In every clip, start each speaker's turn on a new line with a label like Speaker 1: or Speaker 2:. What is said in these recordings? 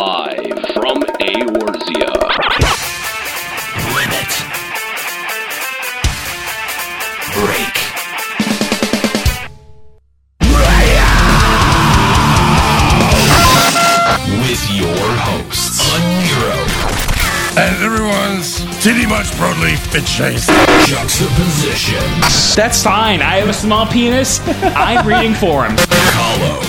Speaker 1: Live from Aorzia.
Speaker 2: Limit. Break. With your hosts, Nero,
Speaker 3: And everyone's titty much broadleaf bitch face.
Speaker 2: Juxtaposition,
Speaker 4: That's fine. I have a small penis. I'm reading for him.
Speaker 2: Hollow,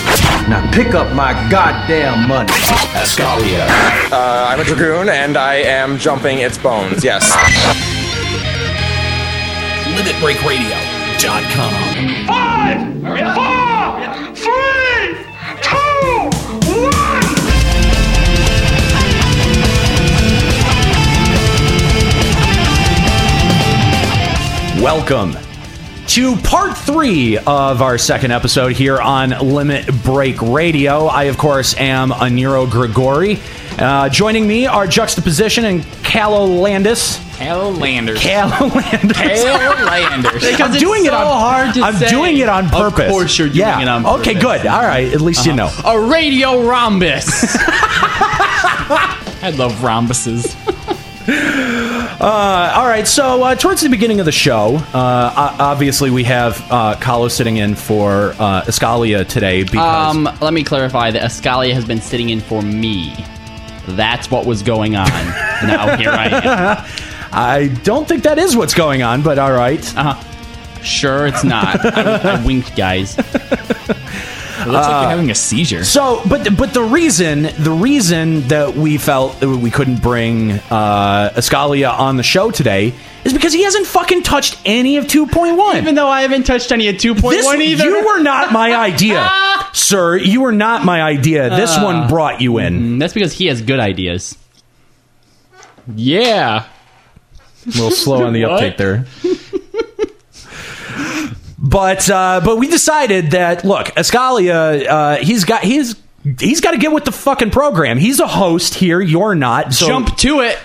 Speaker 5: Now pick up my goddamn money.
Speaker 2: Ascalia,
Speaker 6: I'm a dragoon and I am jumping its bones. Yes.
Speaker 2: LimitBreakRadio.com.
Speaker 7: Welcome to part three of our second episode here on Limit Break Radio. I, of course, am Aniro Grigori. Uh, joining me are Juxtaposition and Callow Landis.
Speaker 4: Hell Landers.
Speaker 7: Callow Landis.
Speaker 4: Hell Landers.
Speaker 7: I'm doing it on hard I'm doing it on purpose.
Speaker 8: course you're doing
Speaker 7: yeah.
Speaker 8: it on Uh-huh.
Speaker 7: Okay, good. All right. At least you know.
Speaker 4: A radio rhombus. I love rhombuses.
Speaker 7: Uh, all right, so uh, towards the beginning of the show, uh, o- obviously we have uh, Kahlo sitting in for uh, Escalia today because
Speaker 9: Um, let me clarify that Ascalia has been sitting in for me. That's what was going on. now here I am.
Speaker 7: I don't think that is what's going on, but all right.
Speaker 9: Sure, it's not. I, I winked, guys.
Speaker 4: It looks
Speaker 7: Uh,
Speaker 4: like you're having a seizure.
Speaker 7: So, but but the reason the reason that we felt that we couldn't bring uh, Escalia on the show today is because he hasn't fucking touched any of two point one.
Speaker 9: Even though I haven't touched any of 2.1
Speaker 7: This
Speaker 9: either.
Speaker 7: you were not my idea, sir. You were not my idea. This one brought you in.
Speaker 9: That's because he has good ideas.
Speaker 4: Yeah.
Speaker 7: A little slow on the
Speaker 4: What?
Speaker 7: uptake there. But uh, but we decided that look, Escalia, uh, he's got he's he's got to get with the fucking program. He's a host here. You're not. So,
Speaker 4: jump to it.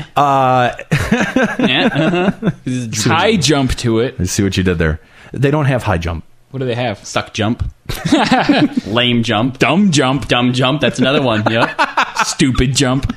Speaker 7: Uh,
Speaker 9: uh-huh.
Speaker 4: High jump to it.
Speaker 7: Let's see what you did there. They don't have high jump.
Speaker 4: What do they have?
Speaker 9: Suck jump. Lame jump.
Speaker 4: Dumb jump.
Speaker 9: Dumb jump. That's another one. Yep.
Speaker 4: Stupid jump.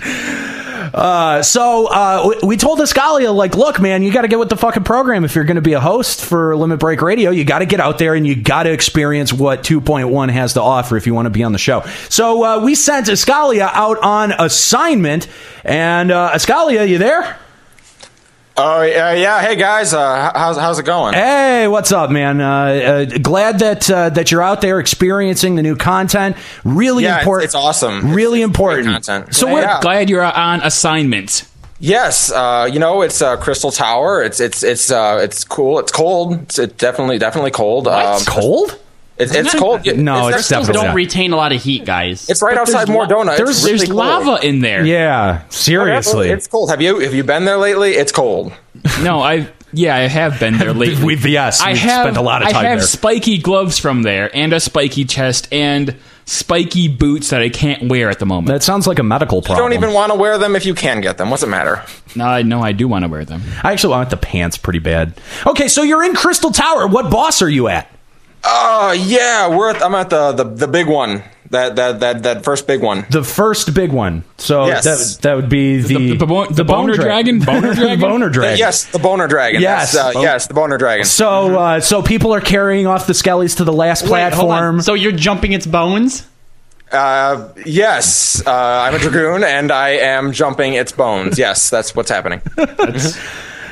Speaker 7: So uh, we- we told Escalia, like, look, man, you got to get with the fucking program if you're going to be a host for Limit Break Radio. You got to get out there and you got to experience what 2.1 has to offer if you want to be on the show. So uh, we sent Escalia out on assignment, and uh, Escalia, you there?
Speaker 6: Oh yeah, yeah. Hey guys, uh, h- how's how's it going?
Speaker 7: Hey, what's up, man? Uh, uh, glad that uh, that you're out there experiencing the new content. Really
Speaker 6: Yeah, it's-
Speaker 7: important.
Speaker 6: it's awesome.
Speaker 7: Really
Speaker 6: It's- it's great
Speaker 7: important
Speaker 6: content.
Speaker 7: So
Speaker 6: Yeah.
Speaker 7: we're
Speaker 4: Glad you're on assignment.
Speaker 6: Yes, uh, you know it's uh, Crystal Tower. It's it's it's uh, it's cool. It's cold. It's, it's definitely definitely cold. Um,
Speaker 7: it's cold.
Speaker 6: It's, it's cold.
Speaker 7: No, it's
Speaker 6: actually-
Speaker 7: definitely
Speaker 9: Don't
Speaker 7: not.
Speaker 9: retain a lot of heat, guys.
Speaker 6: It's right outside Mordona.
Speaker 4: There's,
Speaker 6: it's really
Speaker 4: there's
Speaker 6: cold.
Speaker 4: lava in there.
Speaker 7: Yeah,
Speaker 6: Whatever,
Speaker 7: seriously.
Speaker 6: it's cold. Have you have you been there lately? It's cold.
Speaker 4: No, I yeah, I have been there lately.
Speaker 7: We've- yes,
Speaker 4: I
Speaker 7: we've
Speaker 4: have,
Speaker 7: spent a lot of time
Speaker 4: I have
Speaker 7: there.
Speaker 4: spiky gloves from there, and a spiky chest, and spiky boots that I can't wear at the moment.
Speaker 7: That sounds like a medical
Speaker 6: You
Speaker 7: problem.
Speaker 6: don't even want to wear them if you can get them. What's the matter?
Speaker 4: no, I know I do want to wear them.
Speaker 7: I actually want the pants pretty bad. Okay, so you're in Crystal Tower. What boss are you at?
Speaker 6: Oh yeah, we're at, I'm at the, the the big one. That that that that first big one.
Speaker 7: The first big one. So
Speaker 6: Yes.
Speaker 7: that that would be the
Speaker 4: the- the bo- the boner
Speaker 7: dra-
Speaker 4: dragon? Boner
Speaker 7: The
Speaker 4: dragon?
Speaker 7: boner dragon.
Speaker 6: Yes, the boner dragon.
Speaker 7: Yes.
Speaker 6: Yes, uh,
Speaker 7: Bon-
Speaker 6: yes, the boner dragon.
Speaker 7: So uh, so people are carrying off the skellies to the last
Speaker 9: Wait, hold on.
Speaker 7: platform.
Speaker 9: So you're jumping its bones?
Speaker 6: Uh, yes, uh, I'm a dragoon and I am jumping its bones. Yes, that's what's happening.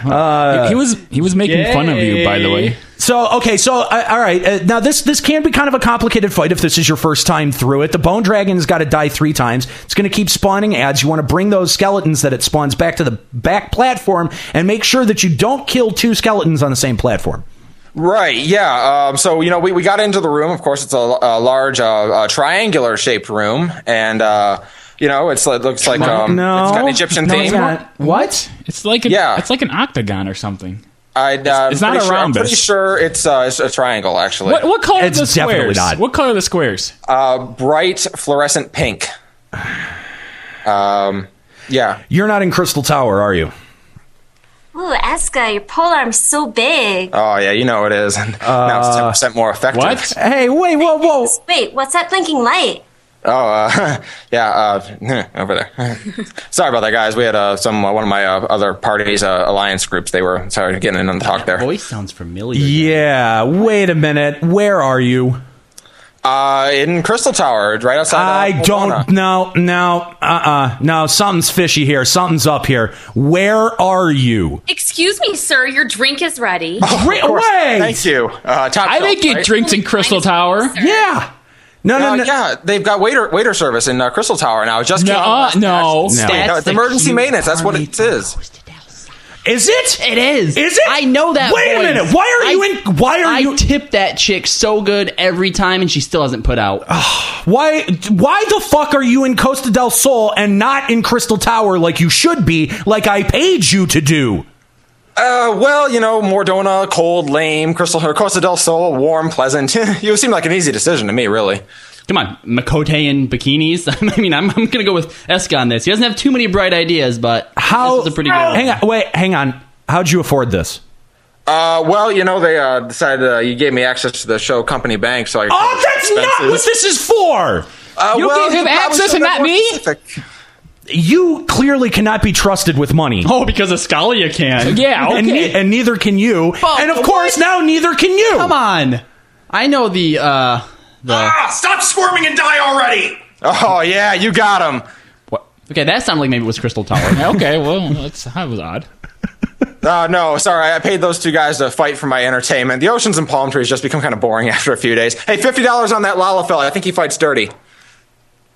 Speaker 4: he, he was he was making fun of you, by the way.
Speaker 7: So okay, so uh, all right. Uh, now this this can be kind of a complicated fight if this is your first time through it. The bone dragon's got to die three times. It's going to keep spawning ads. You want to bring those skeletons that it spawns back to the back platform and make sure that you don't kill two skeletons on the same platform.
Speaker 6: right, yeah. Um, so, you know, we, we got into the room. Of course, it's a, a large uh, uh, triangular shaped room. And, uh, you know, it's, it looks like um,
Speaker 7: no,
Speaker 6: it's got an Egyptian
Speaker 7: no, it's
Speaker 6: theme.
Speaker 7: not. What?
Speaker 4: It's like a,
Speaker 6: Yeah.
Speaker 4: it's like an octagon or something.
Speaker 6: I, uh,
Speaker 4: it's not
Speaker 6: pretty
Speaker 4: a
Speaker 6: sure, I'm
Speaker 4: rhombus.
Speaker 6: pretty sure it's, uh, it's a triangle, actually.
Speaker 4: What what color
Speaker 7: It's
Speaker 4: are the squares?
Speaker 7: definitely not.
Speaker 4: What color are the squares?
Speaker 6: Uh, bright fluorescent pink. Um, yeah.
Speaker 7: You're not in Crystal Tower, are you?
Speaker 10: Ooh, Eska, your polearm's so big.
Speaker 6: Oh, yeah, you know it is. now it's 10% more effective.
Speaker 4: What?
Speaker 7: Hey, wait, whoa, whoa.
Speaker 10: Wait, what's that blinking light?
Speaker 6: Oh, uh, yeah, uh, over there. Sorry about that, guys. We had uh, some uh, one of my uh, other parties, uh, alliance groups. They were sorry getting in on the talk there.
Speaker 9: Voice sounds familiar.
Speaker 7: Yeah. Wait a minute. Where are you?
Speaker 6: Uh, in Crystal Tower, right outside. uh,
Speaker 7: I
Speaker 6: Pomona.
Speaker 7: don't know. No. Uh. Uh. No. Something's fishy here. Something's up here. Where are you?
Speaker 8: Excuse me, sir. Your drink is ready.
Speaker 7: Wait.
Speaker 6: Thank you. Uh, top
Speaker 4: I
Speaker 6: shelf,
Speaker 4: didn't get
Speaker 6: right?
Speaker 4: drinks in Crystal Tower.
Speaker 7: Yeah. No.
Speaker 6: Uh,
Speaker 7: No. No.
Speaker 6: yeah, they've got waiter waiter service in uh, Crystal Tower now. It just came
Speaker 4: No,
Speaker 6: out
Speaker 9: Uh,
Speaker 6: last-
Speaker 4: no.
Speaker 6: last-
Speaker 7: No.
Speaker 6: Yeah,
Speaker 9: That's
Speaker 6: it's
Speaker 9: the
Speaker 6: emergency
Speaker 9: cute
Speaker 6: maintenance. That's what it is.
Speaker 7: Is it?
Speaker 9: It is.
Speaker 7: Is it?
Speaker 9: I know that.
Speaker 7: Wait a
Speaker 9: voice.
Speaker 7: minute. Why are
Speaker 9: I-
Speaker 7: you in- why are
Speaker 9: I
Speaker 7: you-
Speaker 9: tip that chick so good every time, and she still hasn't put out.
Speaker 7: Ah. Why? Why the fuck are you in Costa del Sol and not in Crystal Tower like you should be? Like I paid you to do.
Speaker 6: Uh, well, you know, Mordona, cold, lame, Crystal or Costa del Sol, warm, pleasant. you seem like an easy decision to me, really.
Speaker 9: Come on, Makote in bikinis. I mean, I'm, I'm gonna go with Eska on this. He doesn't have too many bright ideas, but
Speaker 7: How?
Speaker 9: this is a pretty good. one.
Speaker 7: Hang on. Oh, Wait. Hang on. How'd you afford this?
Speaker 6: Uh, well, you know, they uh, decided uh, you gave me access to the show Company Bank, so I. could
Speaker 7: Oh,
Speaker 6: cover
Speaker 7: that's not what
Speaker 6: expenses.
Speaker 7: this is for.
Speaker 6: Uh,
Speaker 4: You
Speaker 6: well,
Speaker 4: gave him
Speaker 6: probably
Speaker 4: access
Speaker 6: should've
Speaker 4: and
Speaker 6: been
Speaker 4: not
Speaker 6: more
Speaker 4: me?
Speaker 6: specific.
Speaker 7: You clearly cannot be trusted with money.
Speaker 9: Oh, because Ascalia can.
Speaker 4: Yeah, okay.
Speaker 7: and, ne- and neither can you.
Speaker 9: But
Speaker 7: and of
Speaker 9: what?
Speaker 7: course, now neither can you.
Speaker 9: Come on. I know the uh the
Speaker 2: Stop squirming and die already!
Speaker 6: Oh yeah, you got him.
Speaker 9: Okay, that sounded like maybe it was Crystal Tower.
Speaker 4: okay, well, that's, that was odd.
Speaker 6: Uh, no, sorry, I paid those two guys to fight for my entertainment. The oceans and palm trees just become kind of boring after a few days. Hey, fifty dollars on that Lala fella. I think he fights dirty.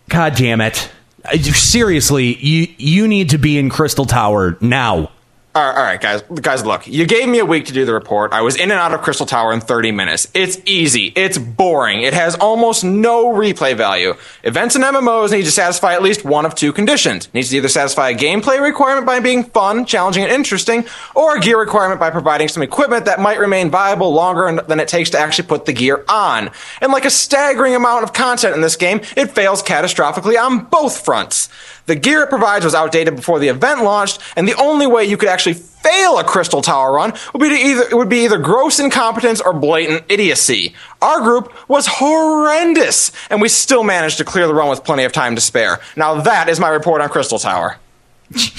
Speaker 7: God damn it! I- Seriously, you you need to be in Crystal Tower now.
Speaker 6: All right, all right, guys, guys, look. You gave me a week to do the report. I was in and out of Crystal Tower in 30 minutes. It's easy. It's boring. It has almost no replay value. Events and MMOs need to satisfy at least one of two conditions. It needs to either satisfy a gameplay requirement by being fun, challenging, and interesting, or a gear requirement by providing some equipment that might remain viable longer n- than it takes to actually put the gear on. And like a staggering amount of content in this game, it fails catastrophically on both fronts. The gear it provides was outdated before the event launched, and the only way you could actually fail a Crystal Tower run would be to either it would be either gross incompetence or blatant idiocy. Our group was horrendous, and we still managed to clear the run with plenty of time to spare. Now that is my report on Crystal Tower.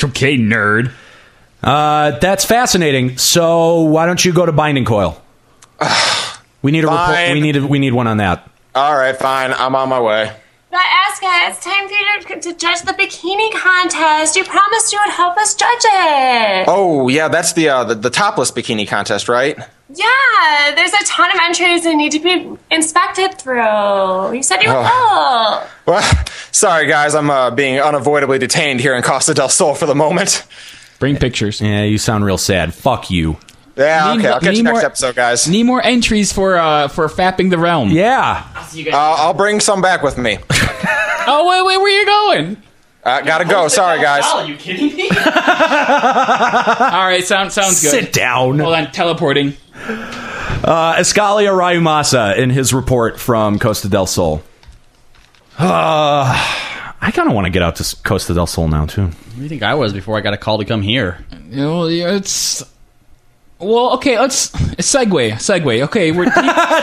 Speaker 4: Okay, nerd.
Speaker 7: Uh, that's fascinating. So why don't you go to Binding Coil? We need a report.
Speaker 6: Fine.
Speaker 7: We need a, we need one on that.
Speaker 6: All right, fine, I'm on my way.
Speaker 10: But Asuka, it's time for you to, to judge the bikini contest. You promised you would help us judge it.
Speaker 6: Oh yeah, that's the uh, the, the topless bikini contest, right?
Speaker 10: Yeah, there's a ton of entries that need to be inspected through. You said you would help.
Speaker 6: Well, sorry guys, I'm uh, being unavoidably detained here in Costa del Sol for the moment.
Speaker 4: Bring pictures.
Speaker 7: Yeah, you sound real sad. Fuck you.
Speaker 6: Yeah,
Speaker 4: Need
Speaker 6: okay, I'll
Speaker 4: mo-
Speaker 6: catch
Speaker 4: need
Speaker 6: you next
Speaker 4: more-
Speaker 6: episode, guys.
Speaker 4: Need more entries for uh for fapping the realm.
Speaker 7: Yeah.
Speaker 6: Uh, I'll bring some back with me.
Speaker 4: Oh wait, wait, where you going?
Speaker 6: Uh, gotta go. Sorry, guys.
Speaker 9: Are you kidding me?
Speaker 4: All right, sound sounds good.
Speaker 7: Sit down. Uh,
Speaker 4: Hold on, teleporting.
Speaker 7: Escalia Rayumasa in his report from Costa del Sol. Uh, I kind of want to get out to s- Costa del Sol now too.
Speaker 9: Where do you think I was before I got a call to come here?
Speaker 4: You know, yeah, it's well, okay. Let's segue, segue. Okay, we're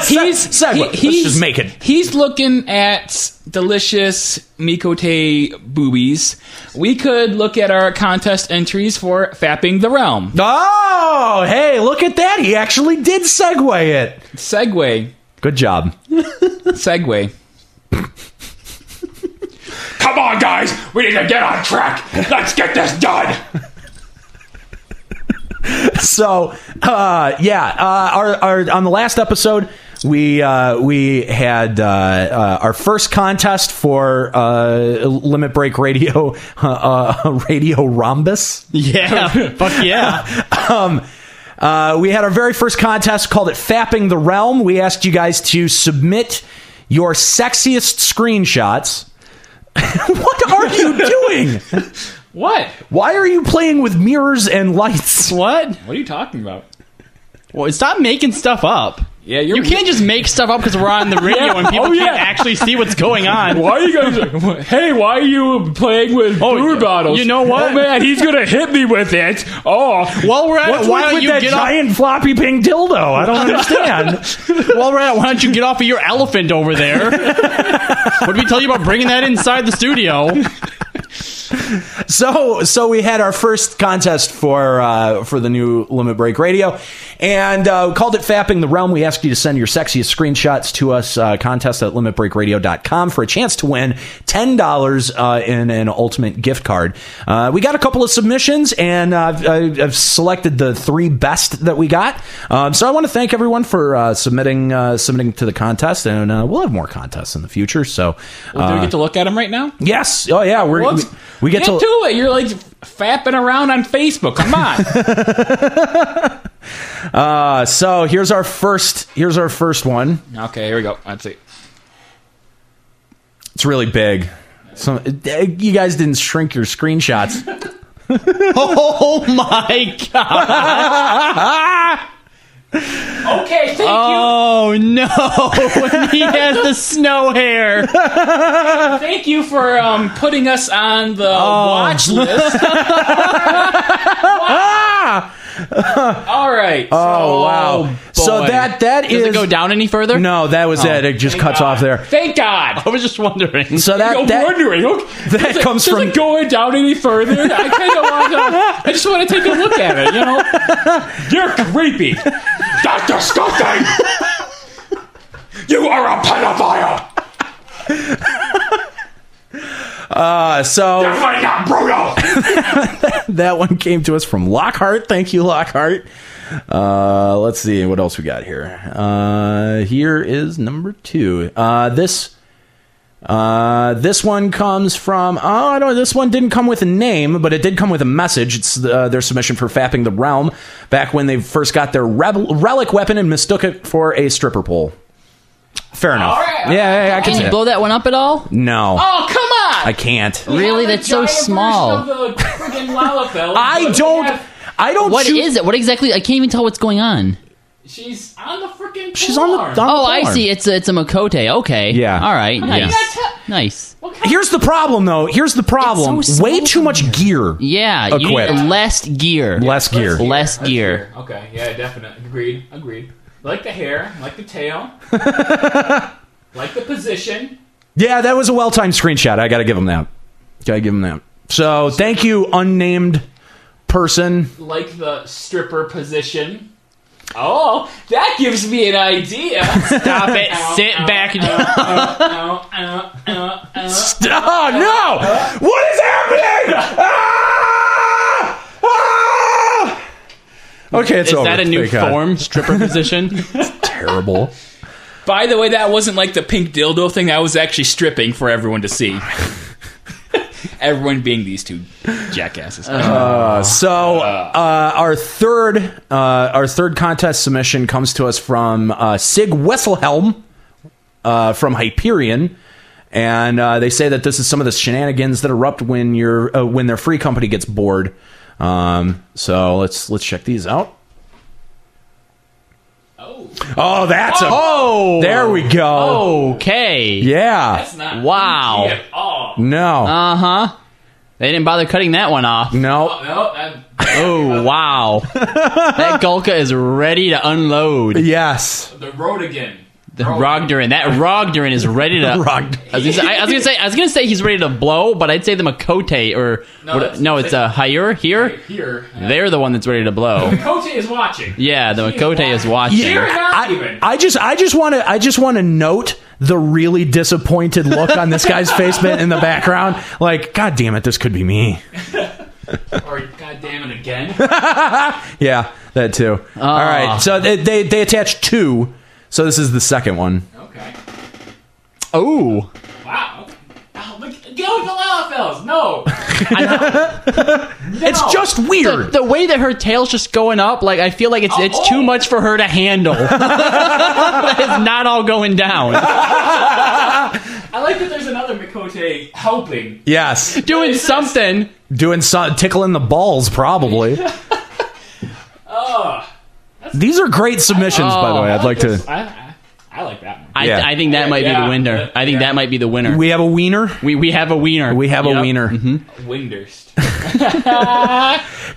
Speaker 4: he, he's
Speaker 7: segue. Let's just make it.
Speaker 4: He's looking at delicious mikote boobies. We could look at our contest entries for fapping the realm.
Speaker 7: Oh, hey, look at that. He actually did segue it.
Speaker 4: Segue,
Speaker 7: Good job.
Speaker 4: segue. Come on, guys, we need to get on track. Let's get this done.
Speaker 7: So, uh, yeah, uh, our, our, on the last episode, we uh, we had uh, uh, our first contest for uh, Limit Break Radio uh, uh, Radio Rhombus.
Speaker 9: Yeah. Fuck yeah.
Speaker 7: Um, uh, we had our very first contest called it Fapping the Realm. We asked you guys to submit your sexiest screenshots. what are you doing?
Speaker 4: What?
Speaker 7: Why are you playing with mirrors and lights?
Speaker 9: what?
Speaker 4: What are you talking about?
Speaker 9: Well, stop making stuff up.
Speaker 4: Yeah, you're
Speaker 9: You can't just make stuff up because we're on the radio and people
Speaker 4: Oh, yeah.
Speaker 9: can't actually see what's going on.
Speaker 4: Why are you guys? hey, why are you playing with
Speaker 9: Oh,
Speaker 4: brew
Speaker 9: you-
Speaker 4: bottles?
Speaker 9: you know what?
Speaker 4: Oh man, he's gonna hit me with it. Oh,
Speaker 9: While we're at
Speaker 7: What's
Speaker 9: it, why
Speaker 7: with,
Speaker 9: don't
Speaker 7: with
Speaker 9: you
Speaker 7: that
Speaker 9: get off?
Speaker 7: giant floppy ping dildo? I don't understand.
Speaker 9: While we're at it, why don't you get off of your elephant over there? what did we tell you about bringing that inside the studio?
Speaker 7: so, so we had our first contest for uh, for the new Limit Break Radio, and uh, we called it Fapping the Realm. We asked you to send your sexiest screenshots to us, uh, contest at limitbreakradio.com for a chance to win $10 uh, in an ultimate gift card. Uh, we got a couple of submissions, and uh, I've, I've I've selected the three best that we got. Um, so I want to thank everyone for uh, submitting uh, submitting to the contest, and uh, we'll have more contests in the future. So,
Speaker 4: do we
Speaker 7: uh,
Speaker 4: get to look at him right now?
Speaker 7: yes, oh yeah, we're, we,
Speaker 4: Let's
Speaker 7: we get, to
Speaker 4: it. You're like fapping around on Facebook. Come on.
Speaker 7: Uh, so here's our first here's our first one.
Speaker 4: okay, here we go. That's it.
Speaker 7: It's really big. So eh, you guys didn't shrink your screenshots.
Speaker 9: Oh my god!
Speaker 4: Okay, thank
Speaker 7: Uh,
Speaker 9: Oh no! he has the snow hair.
Speaker 4: you. Thank you for um, putting us on the
Speaker 7: uh,
Speaker 4: watch
Speaker 7: Oh.
Speaker 4: list. All right.
Speaker 7: Oh wow. So
Speaker 9: boy.
Speaker 7: that that is
Speaker 9: Does it go down any further?
Speaker 7: No, that was it. It just cuts off there.
Speaker 4: Thank God.
Speaker 9: I was just wondering.
Speaker 7: So
Speaker 4: I'm
Speaker 7: that that
Speaker 4: wondering. Okay,
Speaker 7: that
Speaker 4: does it-
Speaker 7: comes
Speaker 4: does
Speaker 7: from-
Speaker 4: it going down any further. I kind of want to. I just want to take a look at it. You know, you're creepy.
Speaker 2: That's disgusting! you are a pedophile!
Speaker 7: uh, so
Speaker 2: Definitely not brutal!
Speaker 7: that one came to us from Lockhart. Thank you, Lockhart. Uh, let's see what else we got here. Uh, here is number two. Uh, this uh, this one comes from. Oh, I don't. This one didn't come with a name, but it did come with a message. It's uh, their submission for fapping the realm back when they first got their rebel, relic weapon and mistook it for a stripper pole. Fair enough.
Speaker 4: right.
Speaker 7: Yeah, yeah, I can
Speaker 4: Can
Speaker 7: see
Speaker 4: you
Speaker 7: that.
Speaker 9: blow that one up at all?
Speaker 7: No,
Speaker 4: Oh come on.
Speaker 7: I can't.
Speaker 9: Really?
Speaker 4: have a
Speaker 9: That's so
Speaker 4: giant version
Speaker 9: small.
Speaker 4: of the friggin' Lalafell,
Speaker 7: I
Speaker 4: but
Speaker 7: don't.
Speaker 4: they have-
Speaker 7: I don't.
Speaker 9: What is
Speaker 7: shoot-
Speaker 9: it? What exactly? I can't even tell what's going on.
Speaker 4: She's on the freaking.
Speaker 7: She's on the. on the
Speaker 9: Oh, I
Speaker 7: farm.
Speaker 9: see. It's a it's a Makote. Okay.
Speaker 7: Yeah.
Speaker 9: All right.
Speaker 4: you
Speaker 9: Nice.
Speaker 4: gotta tell-
Speaker 9: Nice.
Speaker 7: Here's the problem, though. Here's the problem.
Speaker 9: It's so
Speaker 7: Way
Speaker 9: small.
Speaker 7: too much gear.
Speaker 9: Yeah. You
Speaker 7: Equipped.
Speaker 9: need less gear.
Speaker 7: Less gear.
Speaker 9: Less gear.
Speaker 4: Okay, yeah, definitely. Agreed. Agreed. Like the hair, like the tail, like the position.
Speaker 7: Yeah, that was a well timed screenshot. I got to give him that. Got to give him that. So thank you, unnamed person.
Speaker 4: like the stripper position. Oh, that gives me an idea.
Speaker 9: Stop it. Sit back.
Speaker 4: Oh, oh, oh, oh.
Speaker 7: Oh, no! What is happening? Ah! Ah! Okay, it's
Speaker 9: Is
Speaker 7: over.
Speaker 9: that a new
Speaker 7: Thank God.
Speaker 9: form stripper position?
Speaker 7: Terrible.
Speaker 4: By the way, that wasn't like the pink dildo thing. That was actually stripping for everyone to see. everyone being these two jackasses.
Speaker 9: Uh,
Speaker 7: So uh, our third uh, our third contest submission comes to us from uh, Sig Wesselhelm uh, from Hyperion. And uh, they say that this is some of the shenanigans that erupt when your uh, when their free company gets bored. Um, so let's let's check these out.
Speaker 4: oh,
Speaker 7: Oh, that's a
Speaker 9: Oh.
Speaker 7: there we go.
Speaker 9: Okay.
Speaker 7: Yeah,
Speaker 4: that's not Oh,
Speaker 9: Wow.
Speaker 4: easy At all.
Speaker 7: no,
Speaker 9: Uh huh. They didn't bother cutting that one off.
Speaker 7: no.
Speaker 4: No, that,
Speaker 9: Oh wow. that Golka is ready to unload.
Speaker 7: Yes,
Speaker 4: the road again.
Speaker 9: The Rogdurin. That Rogdurin is ready to
Speaker 7: Rogdurin.
Speaker 9: I was, gonna say, I was gonna say I was gonna say he's ready to blow, but I'd say the Makote or
Speaker 4: No,
Speaker 9: what-
Speaker 4: that's-
Speaker 9: no, it's a Hyer here.
Speaker 4: Here, uh,
Speaker 9: They're the one that's ready to blow.
Speaker 4: Makote is watching.
Speaker 9: Yeah, the
Speaker 4: She
Speaker 9: Makote is watching.
Speaker 4: You're not
Speaker 7: I,
Speaker 4: even.
Speaker 7: I just I just want to I just want to note the really disappointed look on this guy's face in the background. Like, god damn it, this could be me.
Speaker 4: Or goddamn it again.
Speaker 7: Yeah, that too. All right, so they, they they attach two. So this is the second one.
Speaker 4: Okay.
Speaker 9: Oh,
Speaker 4: Wow. Oh, look, go with the Lalafels. No.
Speaker 7: It's just
Speaker 9: the,
Speaker 7: weird.
Speaker 9: the way that her tail's just going up, like I feel like it's it's too much for her to handle. it's not all going down.
Speaker 4: I like that there's another Makote helping.
Speaker 7: yes,
Speaker 9: Doing something. Ah.
Speaker 7: doing so, tickling the balls probably. These are great submissions, by the way. I'd like to.
Speaker 9: Oh.
Speaker 4: I, I, I like that one.
Speaker 9: I,
Speaker 7: Yeah.
Speaker 9: I think that might be
Speaker 4: Yeah.
Speaker 9: the winner. I think that might be the winner.
Speaker 7: We have a wiener.
Speaker 9: We, we have a wiener.
Speaker 7: We have a
Speaker 9: Yep. Mm-hmm.
Speaker 7: wiener.
Speaker 4: Wingdurst.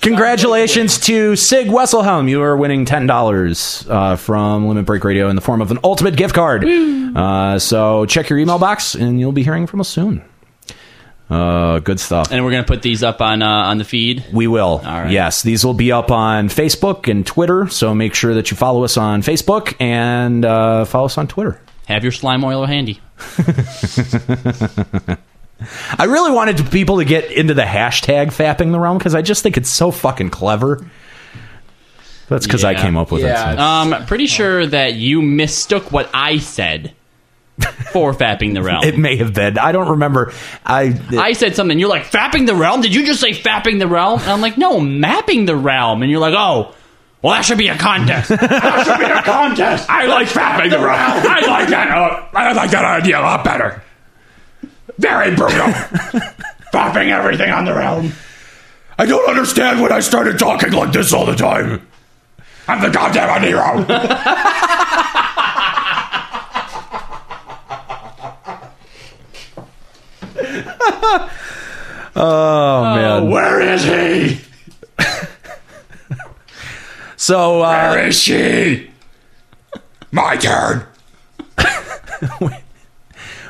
Speaker 7: Congratulations to Sig Wesselhelm. You are winning ten dollars uh, from Limit Break Radio in the form of an ultimate gift card. Uh, so check your email box, and you'll be hearing from us soon. Uh, good stuff.
Speaker 9: And we're gonna put these up on uh, on the feed.
Speaker 7: We will.
Speaker 9: right.
Speaker 7: Yes, these will be up on Facebook and Twitter. So make sure that you follow us on Facebook and uh, follow us on Twitter.
Speaker 9: Have your slime oil handy.
Speaker 7: I really wanted to- people to get into the hashtag fapping the realm because I just think it's so fucking clever. That's because I
Speaker 9: Yeah.
Speaker 7: came up with
Speaker 4: Yeah.
Speaker 7: it.
Speaker 9: Um, I'm pretty sure that you mistook what I said for fapping the realm.
Speaker 7: so. It may have been. I don't remember. I. it-
Speaker 9: I said something. You're like fapping the realm. Did you just say fapping the realm? And I'm like, no, mapping the realm. And you're like, oh, well, that should be a contest.
Speaker 2: should be a contest. I like fapping around. I like that. Uh, I like that idea a lot better. Very brutal. fapping everything on the realm. I don't understand when I started talking like this all the time. I'm the goddamn hero.
Speaker 7: oh man.
Speaker 2: Where is he?
Speaker 7: So uh,
Speaker 2: Where is she? My turn.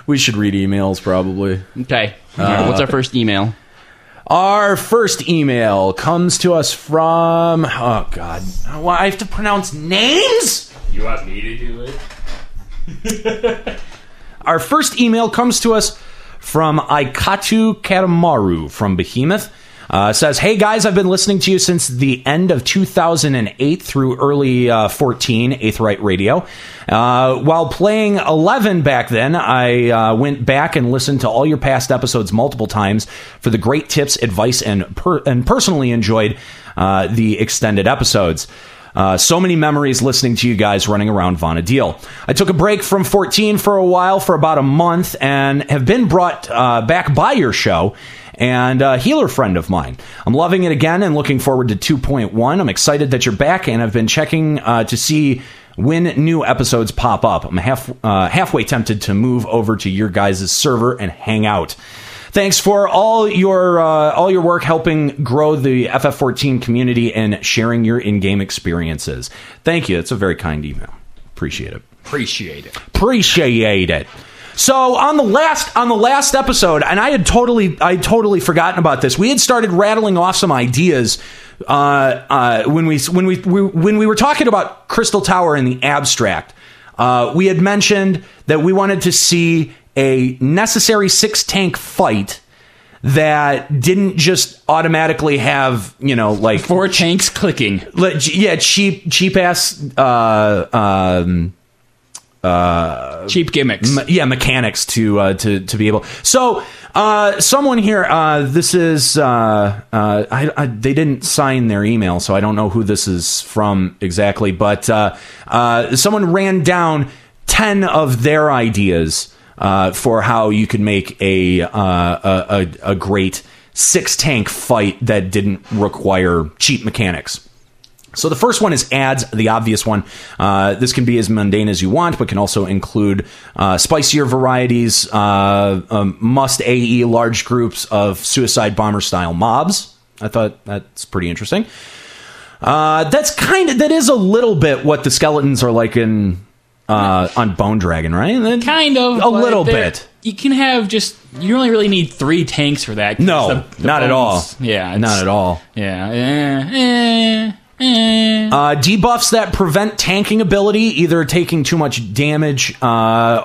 Speaker 7: we should read emails probably.
Speaker 9: okay. All right, what's our first email?
Speaker 7: Our first email comes to us from. Oh God. Well, I have to pronounce names.
Speaker 4: you want me to do it?
Speaker 7: Our first email comes to us from Aikatu Katamaru from Behemoth. Uh, says, hey guys, I've been listening to you since the end of 2008 through early uh, 14, Eighth Right Radio. Uh, while playing 11 back then, I uh, went back and listened to all your past episodes multiple times for the great tips, advice, and per- and personally enjoyed uh, the extended episodes. Uh, so many memories listening to you guys running around Vonadil. I took a break from 14 for a while, for about a month, and have been brought uh, back by your show and a healer friend of mine. I'm loving it again and looking forward to 2.1. I'm excited that you're back, and I've been checking uh, to see when new episodes pop up. I'm half uh, halfway tempted to move over to your guys' server and hang out. Thanks for all your uh, all your work helping grow the FF14 community and sharing your in-game experiences. Thank you. It's a very kind email. Appreciate it.
Speaker 4: Appreciate it.
Speaker 7: Appreciate it. So on the last on the last episode, and I had totally I had totally forgotten about this. We had started rattling off some ideas uh, uh, when we when we, we when we were talking about Crystal Tower in the abstract. Uh, we had mentioned that we wanted to see a necessary six tank fight that didn't just automatically have you know like
Speaker 4: Four tanks clicking.
Speaker 7: le- yeah cheap cheap ass uh, um,
Speaker 4: Cheap gimmicks.
Speaker 7: me- yeah mechanics to uh, to to be able. So uh, someone here, uh, this is uh, uh, I, I, they didn't sign their email, so I don't know who this is from exactly. But uh, uh, someone ran down ten of their ideas uh, for how you could make a uh, a, a, a great six tank fight that didn't require cheap mechanics. So the first one is ads, the obvious one. Uh, this can be as mundane as you want, but can also include uh, spicier varieties, uh, um, must AE large groups of suicide bomber style mobs. I thought that's pretty interesting. Uh, that's kind of that is a little bit what the skeletons are like in uh, on Bone Dragon, right? That-
Speaker 4: kind of.
Speaker 7: a
Speaker 4: but
Speaker 7: little
Speaker 4: they're-
Speaker 7: bit.
Speaker 4: You can have just. You only really need three tanks for that. 'cause
Speaker 7: No,
Speaker 4: the- the
Speaker 7: not at all.
Speaker 4: bones- Yeah, it's-
Speaker 7: Not at all.
Speaker 4: Yeah. eh, eh, eh.
Speaker 7: Uh, debuffs that prevent tanking ability, either taking too much damage, uh,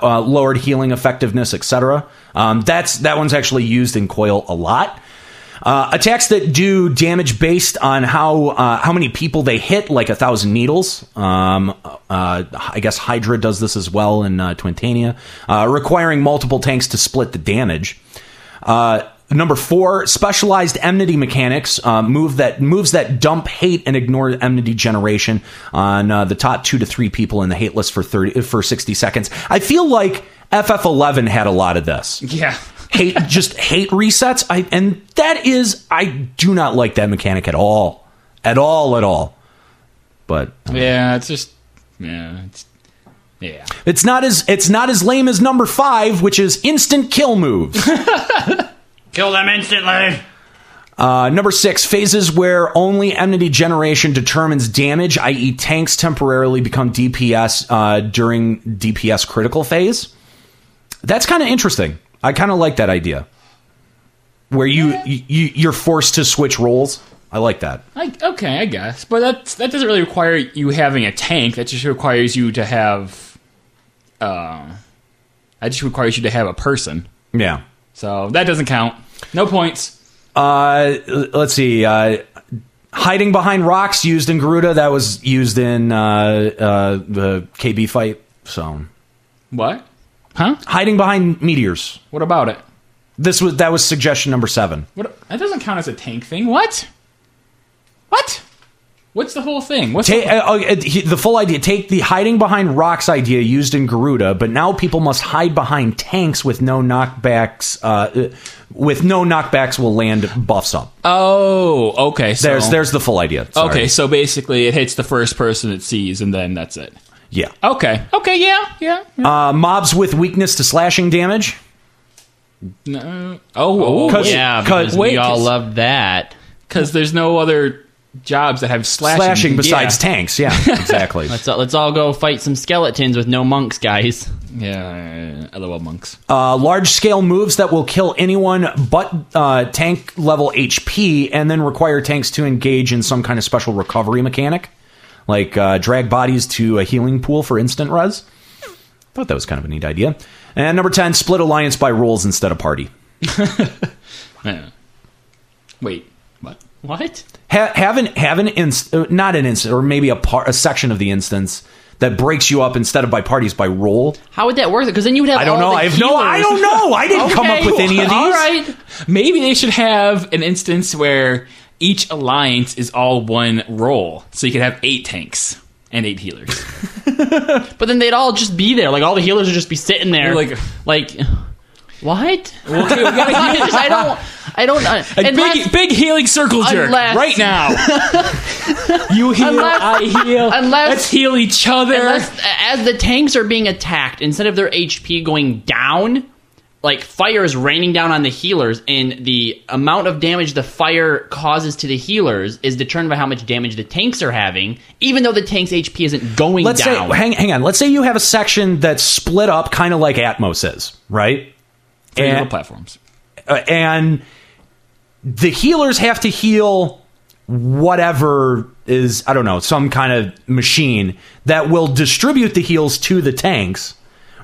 Speaker 7: uh, lowered healing effectiveness, etc. Um, that's that one's actually used in coil a lot. Uh, attacks that do damage based on how uh, how many people they hit, like a thousand needles. Um, uh, I guess Hydra does this as well in uh, Twintania, uh, requiring multiple tanks to split the damage. Uh, number four, specialized enmity mechanics uh, move that moves that dump hate and ignore enmity generation on uh, the top two to three people in the hate list for thirty for sixty seconds. I feel like FF11 had a lot of this
Speaker 4: yeah.
Speaker 7: hate just hate resets. I and that is I do not like that mechanic at all, at all, at all. But
Speaker 4: Yeah, it's just yeah, it's, yeah.
Speaker 7: it's not as it's not as lame as number five, which is instant kill moves.
Speaker 9: Kill them instantly.
Speaker 7: Uh, number six, phases where only enmity generation determines damage, i.e., tanks temporarily become DPS uh, during DPS critical phase. That's kind of interesting. I kind of like that idea, where you, you you're forced to switch roles. I like that.
Speaker 4: I, okay, I guess, but that that doesn't really require you having a tank. That just requires you to have, um, that just requires you to have a person.
Speaker 7: Yeah.
Speaker 4: So that doesn't count. No points.
Speaker 7: Uh, l- let's see. Uh, hiding behind rocks used in Garuda. That was used in uh, uh, the KB fight. So
Speaker 4: What? Huh?
Speaker 7: hiding behind meteors.
Speaker 4: What about it?
Speaker 7: This was that was suggestion number seven.
Speaker 4: What? That doesn't count as a tank thing. What? What? What's the whole thing? What's
Speaker 7: Ta- uh, uh, he- the full idea. Take the hiding behind rocks idea used in Garuda, but now people must hide behind tanks with no knockbacks. Uh, uh, with no knockbacks, will land buffs up.
Speaker 4: the- oh, okay. So
Speaker 7: There's there's the full idea. Sorry.
Speaker 4: okay. So basically, it hits the first person it sees, and then that's it.
Speaker 7: yeah.
Speaker 4: Okay. Okay. Yeah. Yeah.
Speaker 7: Uh, mobs with weakness to slashing damage.
Speaker 4: No. Oh,
Speaker 7: Cause-
Speaker 9: yeah,
Speaker 7: cause-
Speaker 9: because
Speaker 7: wait,
Speaker 9: we all
Speaker 4: cause-
Speaker 9: love that.
Speaker 4: because there's no other jobs that have slashing,
Speaker 7: Slashing besides
Speaker 4: yeah.
Speaker 7: tanks. Yeah, exactly.
Speaker 9: So let's all go fight some skeletons with no monks, guys.
Speaker 4: Yeah, yeah, lol monks.
Speaker 7: uh, large scale moves that will kill anyone but uh, tank level HP and then require tanks to engage in some kind of special recovery mechanic, like uh, drag bodies to a healing pool for instant res. Thought that was kind of a neat idea. And number 10, split alliance by rules instead of party.
Speaker 4: Yeah. Wait, what?
Speaker 9: What?
Speaker 7: Ha- have an, have an inst- uh, not an instant, or maybe a, par- a section of the instance that breaks you up instead of by parties by role.
Speaker 9: How would that work? Because then you would have.
Speaker 7: I don't
Speaker 9: all Oh, the
Speaker 7: know. I have no, I
Speaker 9: healers.
Speaker 7: don't know. I didn't come up
Speaker 9: Okay,
Speaker 7: with any of these.
Speaker 9: All right.
Speaker 4: Maybe they should have an instance where each alliance is all one role, so you could have eight tanks and eight healers.
Speaker 9: But then they'd all just be there. Like all the healers would just be sitting there.
Speaker 4: Like-
Speaker 9: Like, like, what?
Speaker 4: okay, we gotta
Speaker 9: I, just- I don't. I don't. Uh,
Speaker 4: big,
Speaker 9: unless,
Speaker 4: big healing circle jerk
Speaker 9: Unless-
Speaker 4: right now. you heal,
Speaker 9: Unless-
Speaker 4: I heal.
Speaker 9: unless-
Speaker 4: Let's heal each other.
Speaker 9: unless, as the tanks are being attacked, instead of their HP going down, like fire is raining down on the healers, and the amount of damage the fire causes to the healers is determined by how much damage the tanks are having, even though the tank's HP isn't going
Speaker 7: let's
Speaker 9: down.
Speaker 7: say hang, hang on let's say you have a section that's split up kind of like atmos is right
Speaker 4: Three different
Speaker 7: and-
Speaker 4: platforms.
Speaker 7: Uh, and the healers have to heal whatever is i don't know some kind of machine that will distribute the heals to the tanks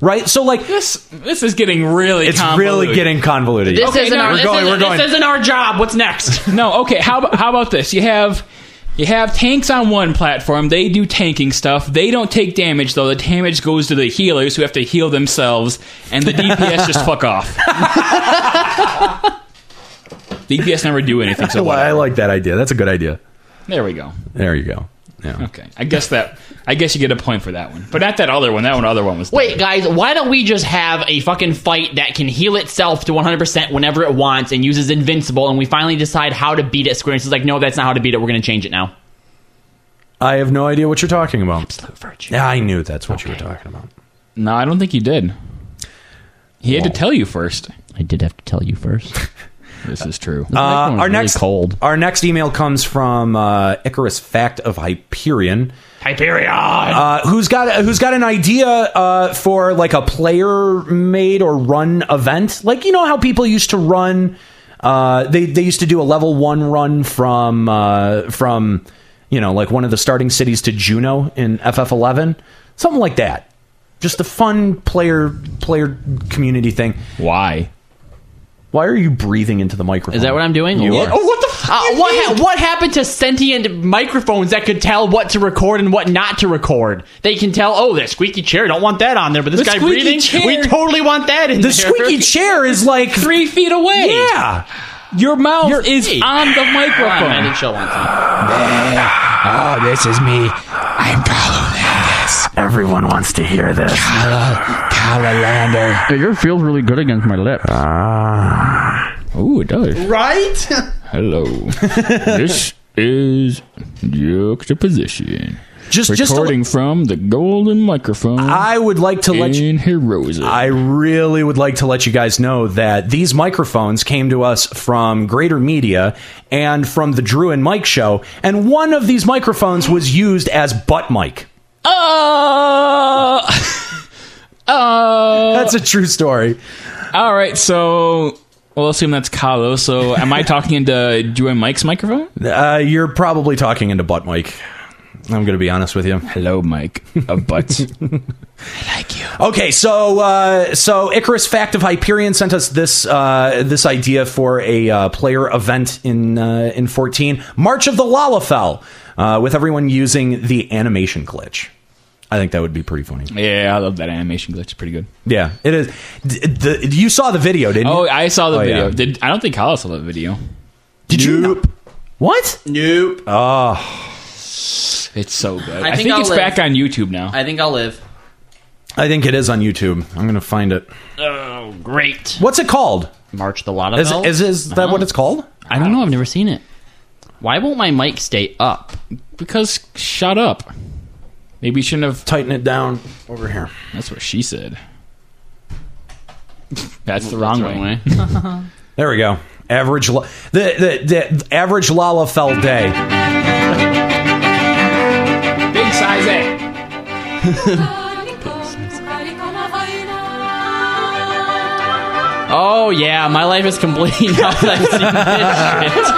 Speaker 7: right so like
Speaker 4: This this is getting really.
Speaker 7: it's
Speaker 4: convoluted.
Speaker 7: really getting convoluted
Speaker 9: this
Speaker 4: Okay,
Speaker 9: isn't
Speaker 4: no,
Speaker 9: our.
Speaker 4: we're
Speaker 9: This,
Speaker 4: going,
Speaker 9: isn't,
Speaker 4: we're going.
Speaker 9: this isn't our job. What's next?
Speaker 4: No, okay. How about how about this? You have you have tanks on one platform. They do tanking stuff. They don't take damage though. The damage goes to the healers who have to heal themselves, and the DPS just fuck off. DPS never do anything. So
Speaker 7: i
Speaker 4: whatever.
Speaker 7: like that idea that's a good idea
Speaker 4: there we go.
Speaker 7: there you go yeah
Speaker 4: Okay, I guess that I guess you get a point for that one, but not that other one. That one, other one was
Speaker 9: Wait, guys, why don't we just have a fucking fight that can heal itself to 100% whenever it wants and uses Invincible, and we finally decide how to beat it? Square Enix is like, no, that's not how to beat it. We're going to change it now.
Speaker 7: i have no idea what you're talking about absolute virtue i knew that's what you were talking about
Speaker 4: No, I don't think he did. He had to tell you first.
Speaker 9: I did have to tell you first.
Speaker 4: This is true.
Speaker 7: Uh, our next
Speaker 9: cold.
Speaker 7: Our next email comes from uh, Icarus Fact of Hyperion,
Speaker 9: Hyperion!
Speaker 7: uh, who's got who's got an idea uh, for like a player made or run event. Like you know how people used to run, uh, they they used to do a level one run from uh, from you know like one of the starting cities to Juno in FF11, something like that. Just a fun player player community thing.
Speaker 4: Why?
Speaker 7: Why are you breathing into the microphone?
Speaker 9: is that what I'm doing?
Speaker 7: You
Speaker 9: Yeah.
Speaker 7: are.
Speaker 9: Oh, what the fuck? what, ha- what happened to sentient microphones that could tell what to record and what not to record? They can tell, oh, that squeaky chair, don't want that on there, but this
Speaker 4: The
Speaker 9: guy
Speaker 4: squeaky
Speaker 9: breathing,
Speaker 4: chair.
Speaker 9: we totally want that in
Speaker 7: The
Speaker 9: there.
Speaker 7: squeaky chair is like
Speaker 4: Three feet away.
Speaker 7: Yeah.
Speaker 4: Your mouth
Speaker 7: Your-
Speaker 4: is
Speaker 9: Hey.
Speaker 4: on the microphone.
Speaker 9: I think she'll want some.
Speaker 4: Oh, this is me. I'm Carlo Landis.
Speaker 7: Everyone wants to hear this.
Speaker 4: Carlo Lander.
Speaker 9: Your feels really good against my lips.
Speaker 7: Ah.
Speaker 4: Ooh, it does. Right? Hello. this is juxtaposition.
Speaker 7: Just just to-
Speaker 4: recording from the golden microphone.
Speaker 7: I would like to let you.
Speaker 4: in Heroes.
Speaker 7: I really would like to let you guys know that these microphones came to us from Greater Media and from the Drew and Mike show, and one of these microphones was used as butt mic.
Speaker 4: Uh, uh,
Speaker 7: That's a true story.
Speaker 4: all right, so we'll assume that's Carlos. So am I talking into Drew and Mike's microphone?
Speaker 7: Uh, you're probably talking into butt mic. I'm going to be honest with you.
Speaker 4: Hello, Mike. A butt. I like you.
Speaker 7: Okay, so uh, so Icarus Fact of Hyperion sent us this uh, this idea for a uh, player event in uh, in 14 March of the Lalafell uh, with everyone using the animation glitch. I think that would be pretty funny.
Speaker 4: Yeah, I love that animation glitch. Pretty good.
Speaker 7: Yeah, it is. D- the, you saw the video, didn't
Speaker 4: Oh,
Speaker 7: you?
Speaker 4: I saw the
Speaker 7: Oh,
Speaker 4: video.
Speaker 7: yeah.
Speaker 4: Did I don't think Carlos saw the video.
Speaker 7: Did you? not- What?
Speaker 9: Nope.
Speaker 4: It's so good. I
Speaker 9: I
Speaker 4: think,
Speaker 9: think I'll
Speaker 4: it's
Speaker 9: live.
Speaker 4: back on YouTube now.
Speaker 9: I think I'll live.
Speaker 7: I think it is on YouTube. I'm going to find it.
Speaker 9: Oh, great.
Speaker 7: What's it called?
Speaker 9: March the lot of
Speaker 7: Is is, is that what it's called?
Speaker 9: I don't know. I've never seen it. Why won't my mic stay up?
Speaker 4: because shut up. Maybe you shouldn't have.
Speaker 7: Tighten it down over here.
Speaker 4: That's what she said. That's the wrong way.
Speaker 7: There we go. Average la- the, the the average Lalafell day.
Speaker 4: Big size A.
Speaker 9: Oh yeah, my life is complete now that I've seen this shit.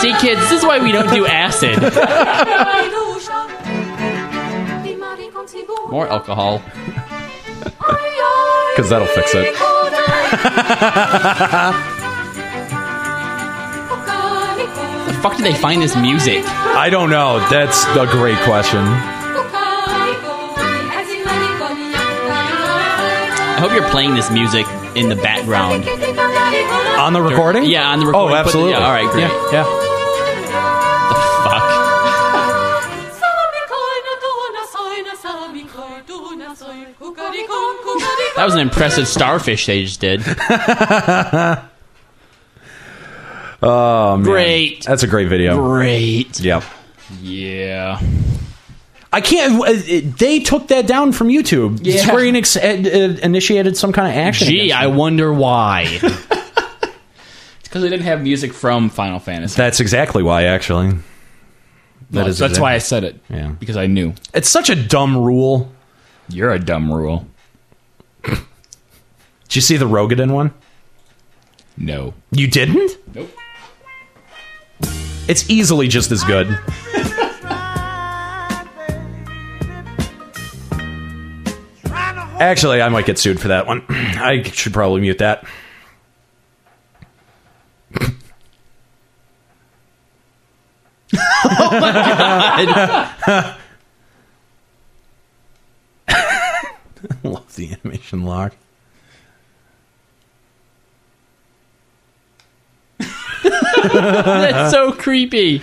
Speaker 9: See, kids, this is why we don't do acid. More alcohol.
Speaker 7: Because that'll fix it.
Speaker 9: The fuck did they find this music?
Speaker 7: I don't know. That's a great question.
Speaker 9: I hope you're playing this music in the background.
Speaker 7: On the recording?
Speaker 9: Yeah, on the recording.
Speaker 7: Oh,
Speaker 9: Put the-
Speaker 7: absolutely.
Speaker 9: yeah, all right, great.
Speaker 7: Um, Yeah, yeah.
Speaker 9: Fuck. That was an impressive starfish they just did.
Speaker 7: Oh, man.
Speaker 9: Great.
Speaker 7: That's a great video.
Speaker 9: Great.
Speaker 7: Yeah.
Speaker 4: Yeah.
Speaker 7: I can't. uh, it- They took that down from YouTube.
Speaker 4: Yeah.
Speaker 7: Square Enix uh, uh, initiated some kind of action.
Speaker 9: Gee,
Speaker 7: against
Speaker 9: I
Speaker 7: them.
Speaker 9: wonder why.
Speaker 4: It's because they didn't have music from Final Fantasy.
Speaker 7: That's exactly why, actually. That
Speaker 4: Well,
Speaker 7: is
Speaker 4: that's
Speaker 7: exact-
Speaker 4: why I said it.
Speaker 7: Yeah.
Speaker 4: Because I knew.
Speaker 7: It's such a dumb rule.
Speaker 4: You're a dumb rule.
Speaker 7: Did you see the Rogadin one?
Speaker 4: No.
Speaker 7: You didn't?
Speaker 4: Nope.
Speaker 7: It's easily just as good. Actually, I might get sued for that one. I should probably mute that. I love the animation log.
Speaker 9: That's so creepy.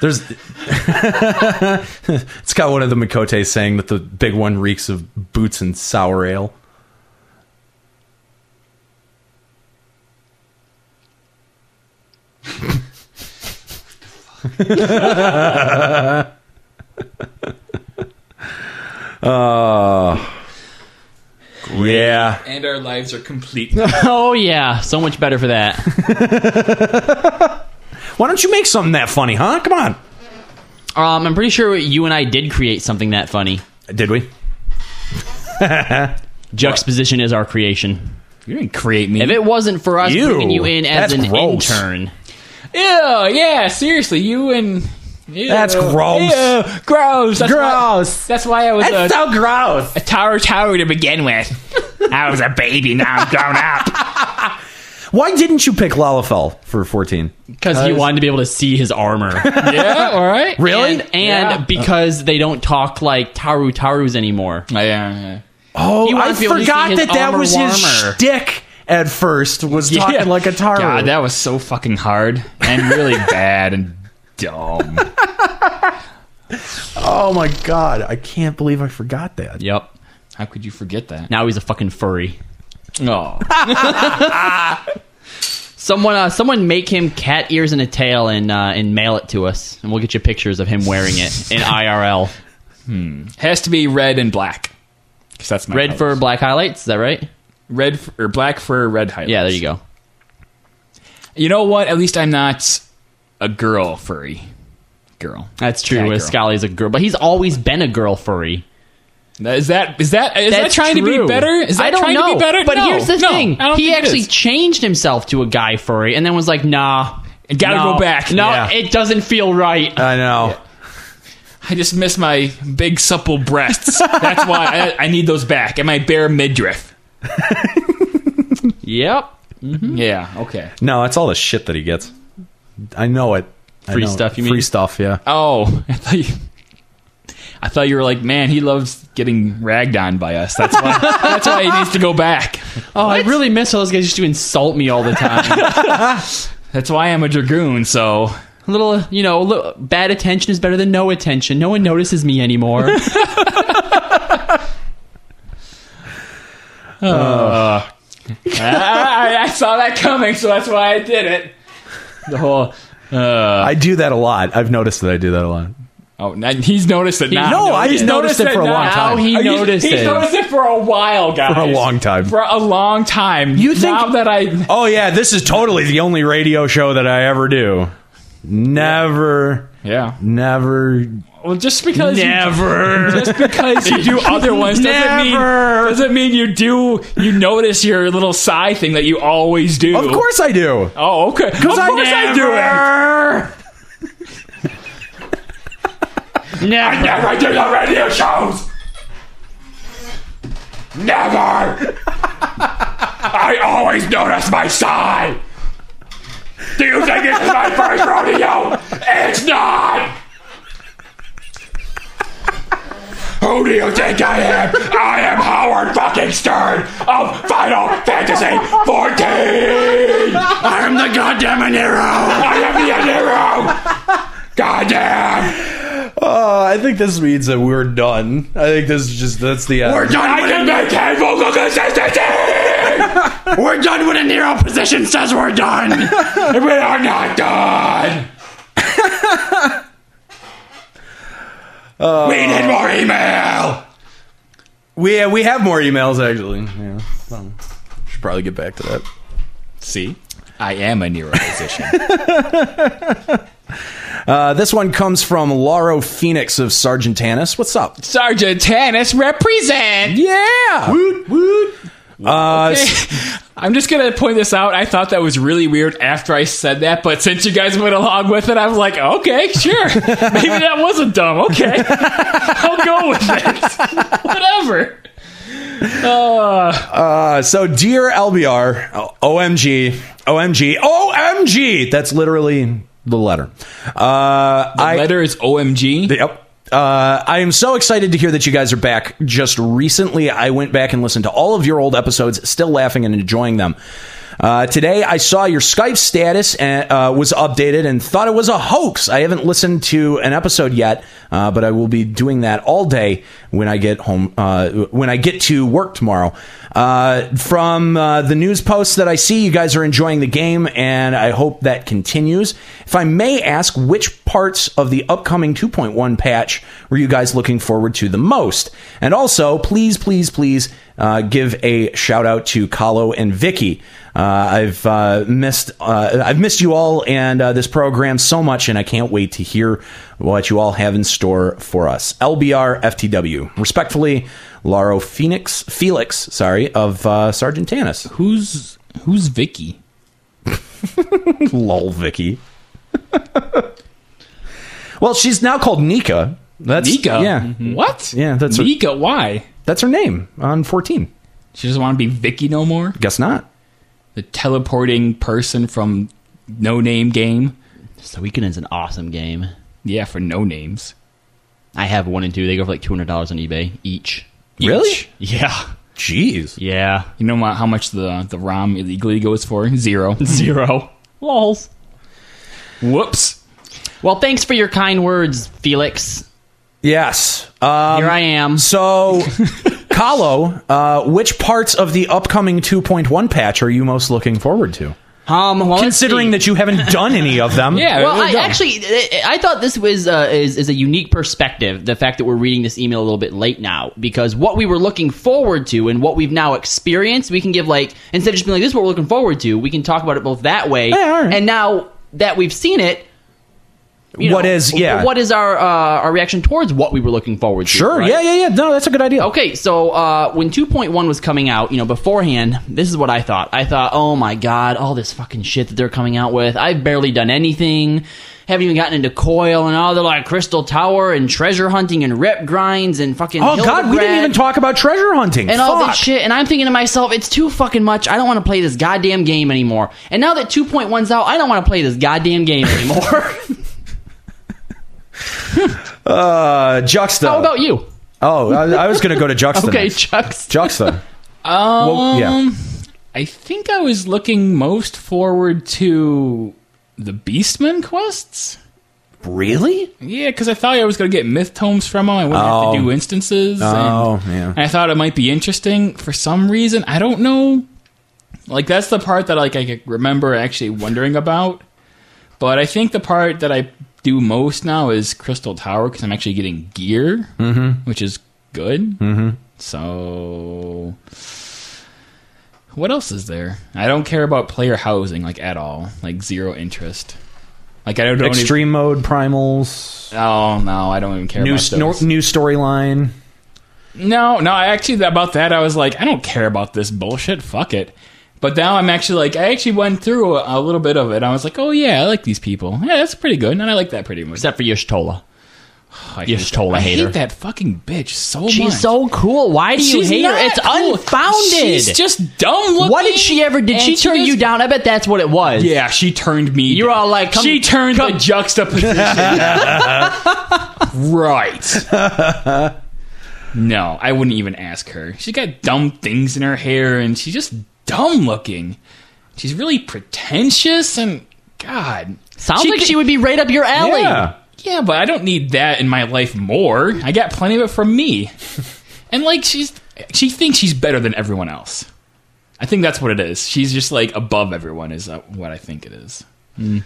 Speaker 7: There's. it's got one of the Mikote saying that the big one reeks of boots and sour ale. Uh, Oh. yeah.
Speaker 4: And our lives are complete.
Speaker 9: Oh yeah, so much better for that.
Speaker 7: Why don't you make something that funny, huh? Come on.
Speaker 9: Um, I'm pretty sure you and I did create something that funny.
Speaker 7: Did we?
Speaker 9: Juxtaposition is our creation.
Speaker 4: You didn't create me.
Speaker 9: If it wasn't for us
Speaker 7: You.
Speaker 9: bringing you in as
Speaker 7: That's
Speaker 9: an
Speaker 7: gross.
Speaker 9: intern,
Speaker 4: Ew, yeah, seriously, you and. Ew,
Speaker 7: That's gross.
Speaker 4: Ew, gross. That's
Speaker 7: Gross.
Speaker 4: Why, that's why I was a,
Speaker 7: so gross.
Speaker 4: a tower tower to begin with. I was a baby, now I'm grown up.
Speaker 7: Why didn't you pick Lalafell for 14?
Speaker 9: because he wanted to be able to see his armor.
Speaker 4: yeah, all right.
Speaker 9: really? And,
Speaker 4: Yeah.
Speaker 9: and because they don't talk like Taru Tarus anymore.
Speaker 4: Yeah, yeah.
Speaker 7: Oh, I
Speaker 9: wanted to be able to see
Speaker 7: forgot
Speaker 9: his
Speaker 7: that that
Speaker 9: armor
Speaker 7: was his
Speaker 9: warmer.
Speaker 7: shtick at first, was talking like a Taru.
Speaker 4: God, that was so fucking hard and really bad and dumb.
Speaker 7: oh my god, I can't believe I forgot that.
Speaker 9: Yep.
Speaker 4: How could you forget that?
Speaker 9: Now he's a fucking furry.
Speaker 4: No.
Speaker 9: Someone, uh, someone, make him cat ears and a tail, and uh, and mail it to us, and we'll get you pictures of him wearing it in IRL.
Speaker 4: Has to be red and black. Because that's my
Speaker 9: Red fur,
Speaker 4: colors.
Speaker 9: black highlights. Is that right?
Speaker 4: red f- or black fur, red highlights.
Speaker 9: Yeah, there you go.
Speaker 4: You know what? At least I'm not a girl furry. Girl.
Speaker 9: That's true.
Speaker 4: Cat
Speaker 9: Yeah,
Speaker 4: girl.
Speaker 9: Scally's a girl, but he's always been a girl furry.
Speaker 4: Is that is that is that
Speaker 9: That's
Speaker 4: trying to
Speaker 9: true.
Speaker 4: be better? Is that
Speaker 9: I don't
Speaker 4: trying
Speaker 9: know.
Speaker 4: to be better?
Speaker 9: But
Speaker 4: No,
Speaker 9: here's the
Speaker 4: no,
Speaker 9: thing:
Speaker 4: I don't
Speaker 9: he
Speaker 4: think it
Speaker 9: actually
Speaker 4: is.
Speaker 9: changed himself to a guy furry, and then was like, "Nah,
Speaker 4: gotta
Speaker 9: no,
Speaker 4: go back."
Speaker 9: No,
Speaker 7: Yeah.
Speaker 9: it doesn't feel right.
Speaker 7: I know.
Speaker 4: I just miss my big supple breasts. That's why I, I need those back and my bare midriff.
Speaker 9: yep, Mm-hmm.
Speaker 4: Yeah. Okay.
Speaker 7: No, it's all the shit that he gets. I know it. I
Speaker 9: Free
Speaker 7: know it.
Speaker 9: stuff, you
Speaker 7: Free
Speaker 9: mean?
Speaker 7: stuff, yeah.
Speaker 4: Oh, I thought you. I thought you were like, man, he loves getting ragged on by us. That's why. that's why he needs to go back.
Speaker 9: Oh, I really miss how those guys used to insult me all the time.
Speaker 4: That's why I'm a dragoon. So
Speaker 9: a little, uh, you know, a little, bad attention is better than no attention. No one notices me anymore.
Speaker 4: I, I, I saw that coming, so that's why I did it. The whole.
Speaker 7: I do that a lot. I've noticed that I do that a lot.
Speaker 4: Oh, now- he's noticed it now.
Speaker 7: No, I just noticed it for a long
Speaker 4: now.
Speaker 7: time.
Speaker 9: Now he
Speaker 4: He's-
Speaker 9: notices.
Speaker 4: He's noticed it for a while, guys.
Speaker 7: For a long time.
Speaker 4: For a long time.
Speaker 7: You think-
Speaker 4: now that I?
Speaker 7: Oh yeah, this is totally the only radio show that I ever do. Never,
Speaker 4: Yeah.
Speaker 7: never,
Speaker 4: Well, just because
Speaker 7: never.
Speaker 4: you, just because you do other ones doesn't mean
Speaker 7: Never.
Speaker 4: doesn't mean you do you notice your little sigh thing that you always do.
Speaker 7: Of course I do.
Speaker 4: Oh, okay. Of course
Speaker 7: I
Speaker 4: I, do it.
Speaker 7: never-
Speaker 2: I never do the radio shows. Never. I always notice my sigh. Do you think this is my first rodeo? It's not. Who do you think I am? I am Howard fucking Stern of Final Fantasy 14. I am the goddamn Anero. I am the Anero. Goddamn.
Speaker 7: Oh, I think this means that we're done. I think this is just that's the end.
Speaker 2: We're done I can make head vocal consistency! we're done when a Nero position says we're done! And we are not done! we need more email!
Speaker 7: Uh, We we have more emails actually. Yeah, um, should probably get back to that.
Speaker 4: See, I am a Nero musician.
Speaker 7: Uh, this one comes from Lauro Phoenix of Sargentanus. What's up?
Speaker 4: Sergeant Tannis represent.
Speaker 7: Yeah. Woot woot. Uh,
Speaker 4: I'm just gonna point this out. I thought that was really weird after I said that, but since you guys went along with it, I was like, okay, sure. Maybe that wasn't dumb. Okay, I'll go with it. Whatever.
Speaker 7: Uh, so, dear LBR, oh, OMG, OMG, OMG. That's literally the letter. Uh, I,
Speaker 4: Letter is OMG.
Speaker 7: Yep. Uh, I am so excited to hear that you guys are back. Just recently, I went back and listened to all of your old episodes, still laughing and enjoying them. Uh, today, I saw your Skype status and, uh, was updated and thought it was a hoax. I haven't listened to an episode yet, uh, but I will be doing that all day when I get home. Uh, when I get to work tomorrow. Uh, from uh, the news posts that I see, you guys are enjoying the game, and I hope that continues. If I may ask, which parts of the upcoming 2.1 patch were you guys looking forward to the most? And also, please, please, please uh, give a shout out to Kahlo and Vicky. Uh, I've uh, missed uh, I've missed you all and uh, this program so much, and I can't wait to hear what you all have in store for us. LBR FTW, respectfully, Laro Phoenix Felix, sorry, of uh, Sergeant Tanis.
Speaker 4: Who's who's Vicky?
Speaker 7: Lol, Vicky. well, she's now called Nika. That's
Speaker 4: Nika? Mm-hmm.
Speaker 7: Yeah.
Speaker 4: What?
Speaker 7: Yeah, that's her-
Speaker 4: Nika. Why?
Speaker 7: That's her name on 14.
Speaker 4: She doesn't want to be Vicky no more.
Speaker 7: Guess not.
Speaker 4: The teleporting person from No Name Game.
Speaker 9: So Weekend is an awesome game.
Speaker 4: Yeah, for no names.
Speaker 9: I have one and two. They go for like two hundred dollars on eBay each.
Speaker 7: Really?
Speaker 9: Yeah.
Speaker 7: Jeez.
Speaker 9: Yeah.
Speaker 4: You know what- how much the the ROM illegally goes for? Zero.
Speaker 9: Zero. Lols.
Speaker 4: Whoops.
Speaker 9: Well, thanks for your kind words, Felix.
Speaker 7: Yes. Um,
Speaker 9: Here I am.
Speaker 7: So, Kahlo, uh, which parts of the upcoming 2.1 patch are you most looking forward to?
Speaker 9: Um, well, let's
Speaker 7: Considering
Speaker 9: see.
Speaker 7: that you haven't done any of them.
Speaker 4: Yeah.
Speaker 9: Well,
Speaker 4: there
Speaker 9: I,
Speaker 4: we go.
Speaker 9: actually, I I thought this was uh, is, is a unique perspective. The fact that we're reading this email a little bit late now, because what we were looking forward to and what we've now experienced, we can give like instead of just being like this, is what we're looking forward to. We can talk about it both that way,
Speaker 7: Yeah, all right.
Speaker 9: and now that we've seen it, you
Speaker 7: What
Speaker 9: know,
Speaker 7: is- yeah.
Speaker 9: what is our uh, our reaction towards what we were looking forward to?
Speaker 7: Sure.
Speaker 9: right?
Speaker 7: Yeah, yeah, yeah. No, that's a good idea.
Speaker 9: Okay, so uh, when 2.1 was coming out, you know, beforehand, this is what I thought. I thought, oh my god, all this fucking shit that they're coming out with. I've barely done anything. Haven't even gotten into coil and all the like Crystal Tower and treasure hunting and rep grinds and fucking.
Speaker 7: Oh, God, we didn't
Speaker 9: Hildegard
Speaker 7: even talk about treasure hunting.
Speaker 9: and all
Speaker 7: Fuck.
Speaker 9: this shit. And I'm thinking to myself, it's too fucking much. I don't want to play this goddamn game anymore. And now that 2.1's out, I don't want to play this goddamn game anymore.
Speaker 7: Uh, Juxta.
Speaker 9: How about you?
Speaker 7: Oh, I, I was going to go to Juxta.
Speaker 9: Okay,
Speaker 7: next.
Speaker 9: Chucks.
Speaker 7: Juxta. Um, yeah.
Speaker 4: I think I was looking most forward to the Beastman quests.
Speaker 7: Really?
Speaker 4: Yeah, because I thought I was going to get myth tomes from them. I wouldn't have
Speaker 7: Oh.
Speaker 4: to do instances. and-
Speaker 7: Oh, yeah.
Speaker 4: And I thought it might be interesting for some reason. I don't know. Like that's the part that like I could remember actually wondering about. But I think the part that I do most now is Crystal Tower because I'm actually getting gear,
Speaker 7: Mm-hmm.
Speaker 4: which is good. Mm-hmm. So what else is there? I don't care about player housing like at all. Like zero interest. Like I don't. don't even-
Speaker 7: Extreme mode, primals,
Speaker 4: Oh no, I don't even care.
Speaker 7: new
Speaker 4: about
Speaker 7: sto-
Speaker 4: those.
Speaker 7: new storyline.
Speaker 4: No, no, I actually about that I was like, I don't care about this bullshit. Fuck it. But now I'm actually like, I actually went through a, a little bit of it. I was like, oh yeah, I like these people. Yeah, that's pretty good, and I like that pretty much.
Speaker 9: Except for Yashtola.
Speaker 4: I
Speaker 9: you're
Speaker 4: hate-
Speaker 9: just total
Speaker 4: I hate
Speaker 9: hater.
Speaker 4: that fucking bitch so much.
Speaker 9: She's so cool. Why do you
Speaker 4: She's
Speaker 9: hate her?
Speaker 4: not
Speaker 9: It's
Speaker 4: cool.
Speaker 9: unfounded.
Speaker 4: She's just dumb looking.
Speaker 9: what did she ever? Did
Speaker 4: and
Speaker 9: she turn
Speaker 4: just-
Speaker 9: you down? I bet that's what it was.
Speaker 4: Yeah, she turned me.
Speaker 9: You're all like, come-
Speaker 4: she turned
Speaker 9: come-
Speaker 4: the juxtaposition. right. no, I wouldn't even ask her. She got dumb things in her hair, and she's just dumb looking. She's really pretentious, and God,
Speaker 9: Sounds like
Speaker 4: could-
Speaker 9: she would be right up your alley.
Speaker 7: Yeah.
Speaker 4: Yeah, but I don't need that in my life more. I got plenty of it from me. and like she's she thinks she's better than everyone else. I think that's what it is. She's just like above everyone is uh, what I think it is.
Speaker 9: Hmm.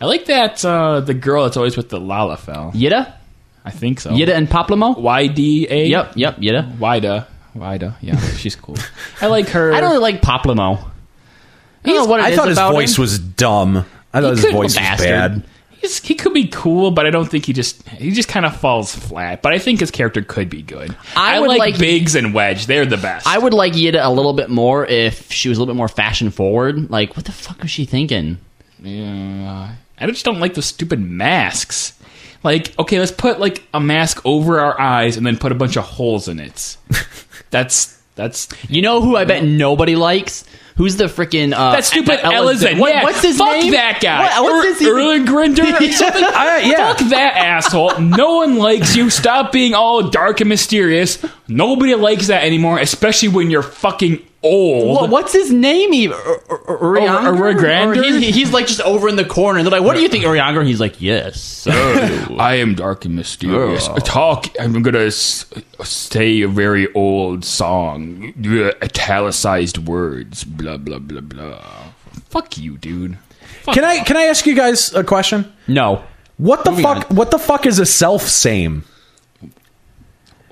Speaker 4: I like that uh, the girl that's always with the Lalafell.
Speaker 9: Yida,
Speaker 4: I think so.
Speaker 9: Yida, and Poplamo.
Speaker 4: YDA.
Speaker 9: Yep, yep, Yida.
Speaker 4: Wida. Wida. Yeah, she's cool. I like her.
Speaker 9: I don't really like Poplamo. I don't know what it
Speaker 7: I
Speaker 9: is
Speaker 7: thought his
Speaker 9: about
Speaker 7: voice
Speaker 9: him.
Speaker 7: was dumb. I thought his
Speaker 4: could-
Speaker 7: voice was
Speaker 9: bastard.
Speaker 7: bad.
Speaker 4: He's, he could be cool, but I don't think he just he just kind of falls flat. But I think his character could be good.
Speaker 9: I would
Speaker 4: like,
Speaker 9: like-
Speaker 4: Biggs and Wedge. They're the best.
Speaker 9: I would like Yida a little bit more if she was a little bit more fashion forward. Like, what the fuck was she thinking?
Speaker 4: Yeah. I just don't like those stupid masks. Like, okay, let's put like a mask over our eyes and then put a bunch of holes in it. that's that's
Speaker 9: You know who I bet nobody likes? Who's the freaking uh,
Speaker 4: that stupid
Speaker 9: E- E-
Speaker 4: Ellison.
Speaker 9: What-
Speaker 4: yeah,
Speaker 9: what's his
Speaker 4: fuck
Speaker 9: name?
Speaker 4: that guy. Er,
Speaker 9: What- what's his even-
Speaker 4: Grinder or something.
Speaker 7: I- yeah.
Speaker 4: Fuck that asshole. No one likes you. Stop being all dark and mysterious. Nobody likes that anymore, especially when you're fucking old.
Speaker 9: What, what's his name? Even Urianger?
Speaker 4: Or- or Urianger?
Speaker 9: Or he- he's like just over in the corner. And they're like, "What do you think, Urianger?" And he's like, "Yes, sir."
Speaker 4: I am dark and mysterious. Talk. I'm gonna s- say a very old song, Yeah, italicized words. Blah blah blah blah. Fuck you, dude.
Speaker 7: Can I can I ask you guys a question?
Speaker 9: no,
Speaker 7: What the fuck? What the fuck is a self same?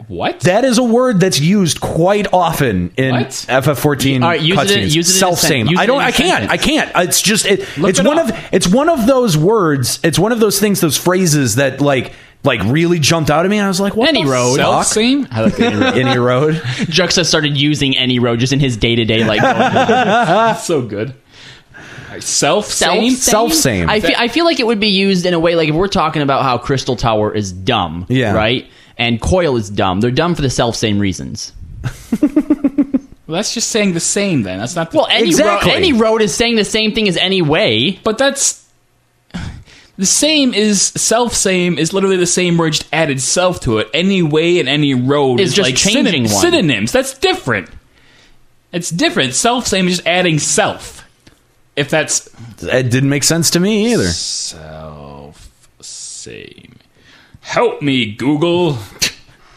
Speaker 4: What?
Speaker 7: That is a word that's used quite often in
Speaker 4: What?
Speaker 7: FF14
Speaker 4: All right, use it in-
Speaker 7: cutscenes.
Speaker 4: use it in a
Speaker 7: self same.
Speaker 4: sentence. Use
Speaker 7: I
Speaker 4: it
Speaker 7: don't.
Speaker 4: in a
Speaker 7: I can't.
Speaker 4: sentence.
Speaker 7: I can't. It's just. It,
Speaker 4: Look
Speaker 7: it's
Speaker 4: it
Speaker 7: one
Speaker 4: up.
Speaker 7: of. It's one of those words. It's one of those things. Those phrases that like like really jumped out at me. And I was like, what
Speaker 9: Any
Speaker 7: the
Speaker 9: road.
Speaker 7: fuck?
Speaker 4: Self-same? I like any road.
Speaker 7: Any road.
Speaker 9: Juxta started using any road just in his day to day like. going-
Speaker 4: That's so good. Self same.
Speaker 7: Self same.
Speaker 9: I feel, I feel like it would be used in a way like if we're talking about how Crystal Tower is dumb,
Speaker 7: Yeah.
Speaker 9: right? And Coil is dumb. They're dumb for the self same reasons.
Speaker 4: Well, that's just saying the same. Then that's not the,
Speaker 9: Well, any
Speaker 7: Exactly.
Speaker 9: road, any road is saying the same thing as any way.
Speaker 4: But that's the same is self same is literally the same word just added self to it. Any way and any road
Speaker 9: It's
Speaker 4: is
Speaker 9: just
Speaker 4: like
Speaker 9: changing
Speaker 4: synon-
Speaker 9: one.
Speaker 4: synonyms. That's different. It's different. Self same is just adding self. If that's
Speaker 7: It didn't make sense to me either.
Speaker 4: self same, help me Google.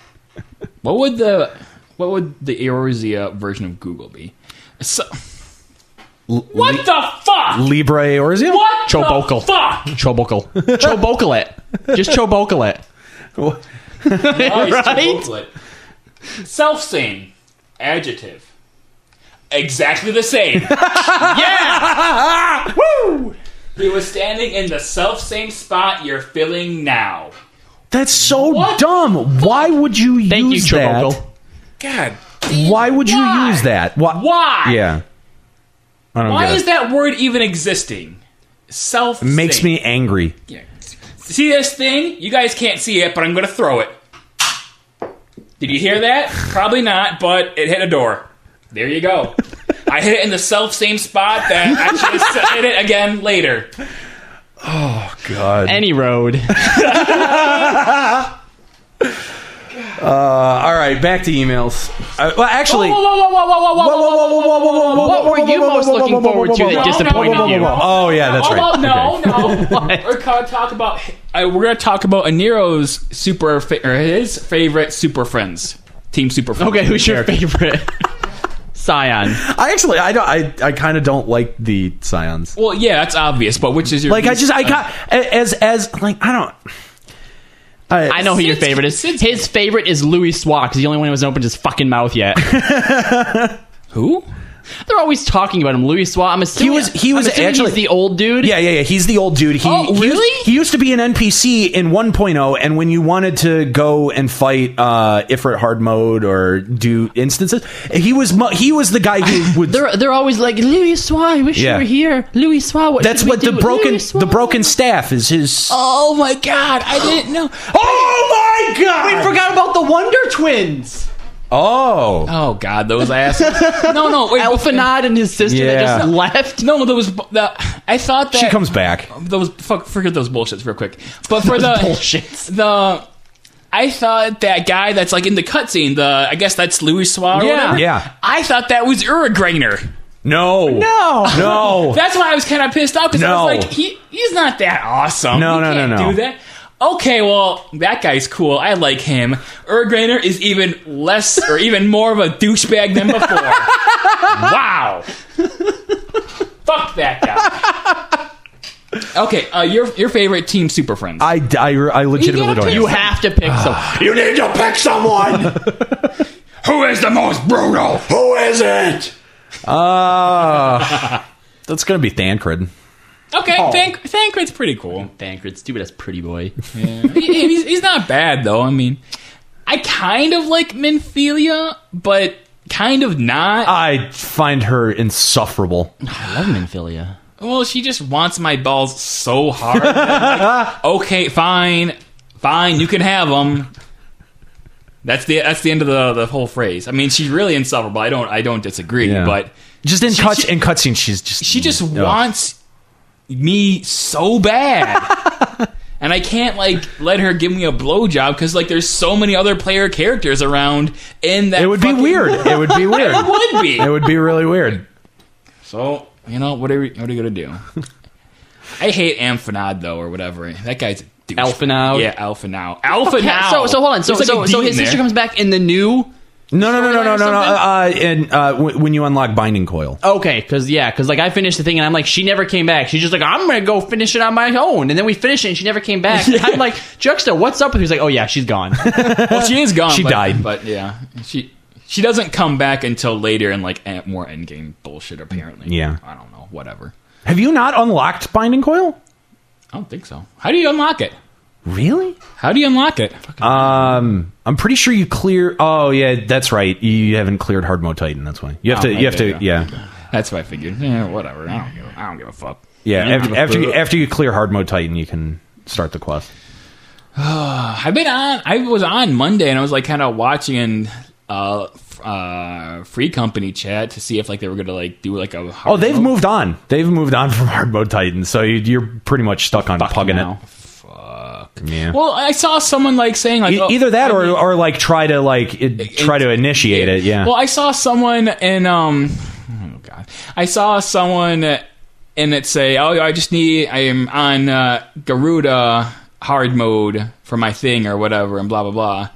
Speaker 4: what would the what would the Eorzea version of Google be? So, what the fuck?
Speaker 7: Libra Eorzea?
Speaker 4: What the
Speaker 9: Chobocal.
Speaker 4: fuck?
Speaker 9: Chobocal. Chobocal it. Just chobocal it. Right?
Speaker 4: Self same. Adjective. Exactly the same. yeah! Woo! He was standing in the self same spot you're filling now.
Speaker 7: That's so
Speaker 4: What?
Speaker 7: dumb. Why would you
Speaker 9: Thank
Speaker 7: use
Speaker 9: you,
Speaker 7: that?
Speaker 9: Chobocal.
Speaker 4: God.
Speaker 7: Why would you
Speaker 4: Why?
Speaker 7: use that? Why?
Speaker 4: Why?
Speaker 7: Yeah. I don't
Speaker 4: Why
Speaker 7: get
Speaker 4: is
Speaker 7: it.
Speaker 4: that word even existing? Self
Speaker 7: Makes me angry.
Speaker 4: See this thing? You guys can't see it, but I'm gonna throw it. Did you hear that? Probably not, but it hit a door. There you go. I hit it in the self same spot that I should have hit it again later.
Speaker 7: God.
Speaker 9: Any road.
Speaker 7: All right, back to emails. Uh, well, actually,
Speaker 4: Whoa, whoa, whoa, whoa, whoa, whoa,
Speaker 7: Whoa, whoa, whoa, whoa, whoa, whoa, whoa, whoa,
Speaker 9: What
Speaker 7: whoa,
Speaker 9: were
Speaker 7: whoa,
Speaker 9: you
Speaker 7: whoa,
Speaker 9: most
Speaker 7: whoa, whoa,
Speaker 9: looking
Speaker 7: whoa, whoa,
Speaker 9: forward
Speaker 7: whoa,
Speaker 9: to
Speaker 7: whoa,
Speaker 9: that
Speaker 7: whoa,
Speaker 9: disappointed
Speaker 7: whoa, whoa,
Speaker 9: you?
Speaker 7: whoa, whoa. Oh yeah, that's
Speaker 4: Oh, well,
Speaker 7: right.
Speaker 4: no, no.
Speaker 9: What?
Speaker 4: we're gonna talk about uh, we're gonna talk about Aniro's super fa- or his favorite super friends team super friends.
Speaker 9: Okay, who's your favorite? Scion.
Speaker 7: I actually, I don't, I, I kind of don't like the scions.
Speaker 4: Well, yeah, that's obvious. But which is your uh,
Speaker 7: Like, I just,
Speaker 9: Uh,
Speaker 7: I got as, as, like, I don't. uh,
Speaker 9: I know who your favorite is. His favorite is Louis Swat because the only one who hasn't opened his fucking mouth yet.
Speaker 4: who?
Speaker 9: They're always talking about him, Louis Swat. I'm assuming
Speaker 7: was- he was
Speaker 9: I'm assuming
Speaker 7: actually-
Speaker 9: he's the old dude.
Speaker 7: Yeah, yeah, yeah. He's the old dude. He,
Speaker 9: Oh,
Speaker 7: he used-
Speaker 9: really?
Speaker 7: He, used to be an NPC in 1.0, and when you wanted to go and fight uh, Ifrit hard mode or do instances, he was mu- he was the guy who would.
Speaker 9: They're, they're always like Louis Swat. I wish
Speaker 7: Yeah.
Speaker 9: you were here, Louis Swat. What
Speaker 7: that's
Speaker 9: should we
Speaker 7: what the
Speaker 9: do?
Speaker 7: broken
Speaker 9: Louis Suarez."
Speaker 7: the broken staff is his.
Speaker 4: Oh my god, I didn't know.
Speaker 7: Oh my god! We forgot about the Wonder
Speaker 9: twins.
Speaker 7: Oh,
Speaker 4: Oh god, those asses. no, no, wait,
Speaker 9: Elfinod and his sister that
Speaker 7: Yeah.
Speaker 9: just left.
Speaker 4: No, those. The, I thought that
Speaker 7: she comes back.
Speaker 4: those fuck forget those bullshits real quick. But for the
Speaker 9: bullshits.
Speaker 4: the I thought that guy that's like in the cutscene, the I guess that's Louis Suarez. or
Speaker 9: Yeah.
Speaker 4: whatever,
Speaker 7: Yeah.
Speaker 4: I thought that was Urigrainer.
Speaker 7: No, no, no.
Speaker 4: That's why I was kind of pissed off because
Speaker 7: No.
Speaker 4: I was like, he he's not that awesome.
Speaker 7: No,
Speaker 4: He
Speaker 7: no, no,
Speaker 4: can't
Speaker 7: no.
Speaker 4: Do that. Okay, well, that guy's cool. I like him. Urigrainer is even less or even more of a douchebag than before. wow. Fuck that guy. Okay, uh, your your favorite team, Super Friends.
Speaker 7: I, I, I legitimately don't.
Speaker 9: You have to pick
Speaker 7: Ah.
Speaker 9: some.
Speaker 2: You need to pick someone. Who is the most brutal? Who is it?
Speaker 7: Uh, that's gonna be Thancred.
Speaker 4: Okay, Thank Thancred's pretty cool.
Speaker 9: Thancred, stupid ass pretty boy.
Speaker 4: He- he's, he's not bad though. I mean, I kind of like Minfilia, but kind of not.
Speaker 9: Ah,
Speaker 7: I find her insufferable.
Speaker 9: I love Minfilia.
Speaker 4: well, she just wants my balls so hard. Like, okay, fine, fine, you can have them. That's the that's the end of the the whole phrase. I mean, she's really insufferable. I don't I don't disagree,
Speaker 7: Yeah.
Speaker 4: but
Speaker 7: Just in cuts
Speaker 4: she-
Speaker 7: in cutscenes, she's just
Speaker 4: she just
Speaker 7: Ugh.
Speaker 4: wants me so bad. and I can't like let her give me a blowjob because like there's so many other player characters around in that.
Speaker 7: It would be
Speaker 4: fucking-
Speaker 7: weird. It would be weird.
Speaker 4: It would be.
Speaker 7: It would be really weird.
Speaker 4: so you know what are we, what are you gonna do? I hate Amphinod though or whatever. That guy's a douche.
Speaker 9: Alphanod.
Speaker 4: Yeah, Alpha now. Alpha
Speaker 9: Yeah,
Speaker 4: now.
Speaker 9: so so hold on. So
Speaker 4: There's, like,
Speaker 9: so,
Speaker 4: a
Speaker 9: so
Speaker 4: D
Speaker 9: his
Speaker 4: in
Speaker 9: sister
Speaker 4: there.
Speaker 9: comes back in the new
Speaker 7: No, no, no, no, no, no, no. Uh, and uh, w- when you unlock Binding Coil.
Speaker 9: Okay, because yeah, because like I finished the thing and I'm like, she never came back. She's just like, I'm gonna go finish it on my own, and then we finish it and she never came back. And I'm like, Juxta, what's up with? you?" He's like, oh yeah, she's gone.
Speaker 4: well, she is gone.
Speaker 9: She
Speaker 4: but-
Speaker 9: died.
Speaker 4: but yeah, she she doesn't come back until later in like en- more endgame bullshit. Apparently,
Speaker 7: Yeah.
Speaker 4: I don't know. Whatever.
Speaker 7: Have you not unlocked Binding Coil?
Speaker 4: I don't think so. How do you unlock it?
Speaker 7: Really?
Speaker 4: How do you unlock it?
Speaker 7: Um, I'm pretty sure you clear. Oh yeah, that's right. You haven't cleared Hard Mode Titan. That's why you have
Speaker 4: Oh,
Speaker 7: to. You have
Speaker 4: okay,
Speaker 7: to. Yeah, yeah.
Speaker 4: That's what I figured. Yeah, whatever. I don't give. A, I don't give a fuck.
Speaker 7: after after you, after you clear Hard Mode Titan, you can start the quest.
Speaker 4: I've been on. I was on Monday and I was like kind of watching uh, f- uh, free company chat to see if like they were gonna like do like a
Speaker 7: oh, they've moved on. They've moved on from Hard Mode Titan, so you, you're pretty much stuck on pugging
Speaker 4: now.
Speaker 7: it. Fuck. Yeah.
Speaker 4: Well, I saw someone like saying like
Speaker 7: E-
Speaker 4: oh,
Speaker 7: Either that,
Speaker 4: I
Speaker 7: or,
Speaker 4: mean-
Speaker 7: or like try to like it, try to initiate it. Yeah.
Speaker 4: Well, I saw someone in um, oh god, I saw someone in it say, "Oh, I just need I am on uh, Garuda hard mode for my thing or whatever," and blah blah blah.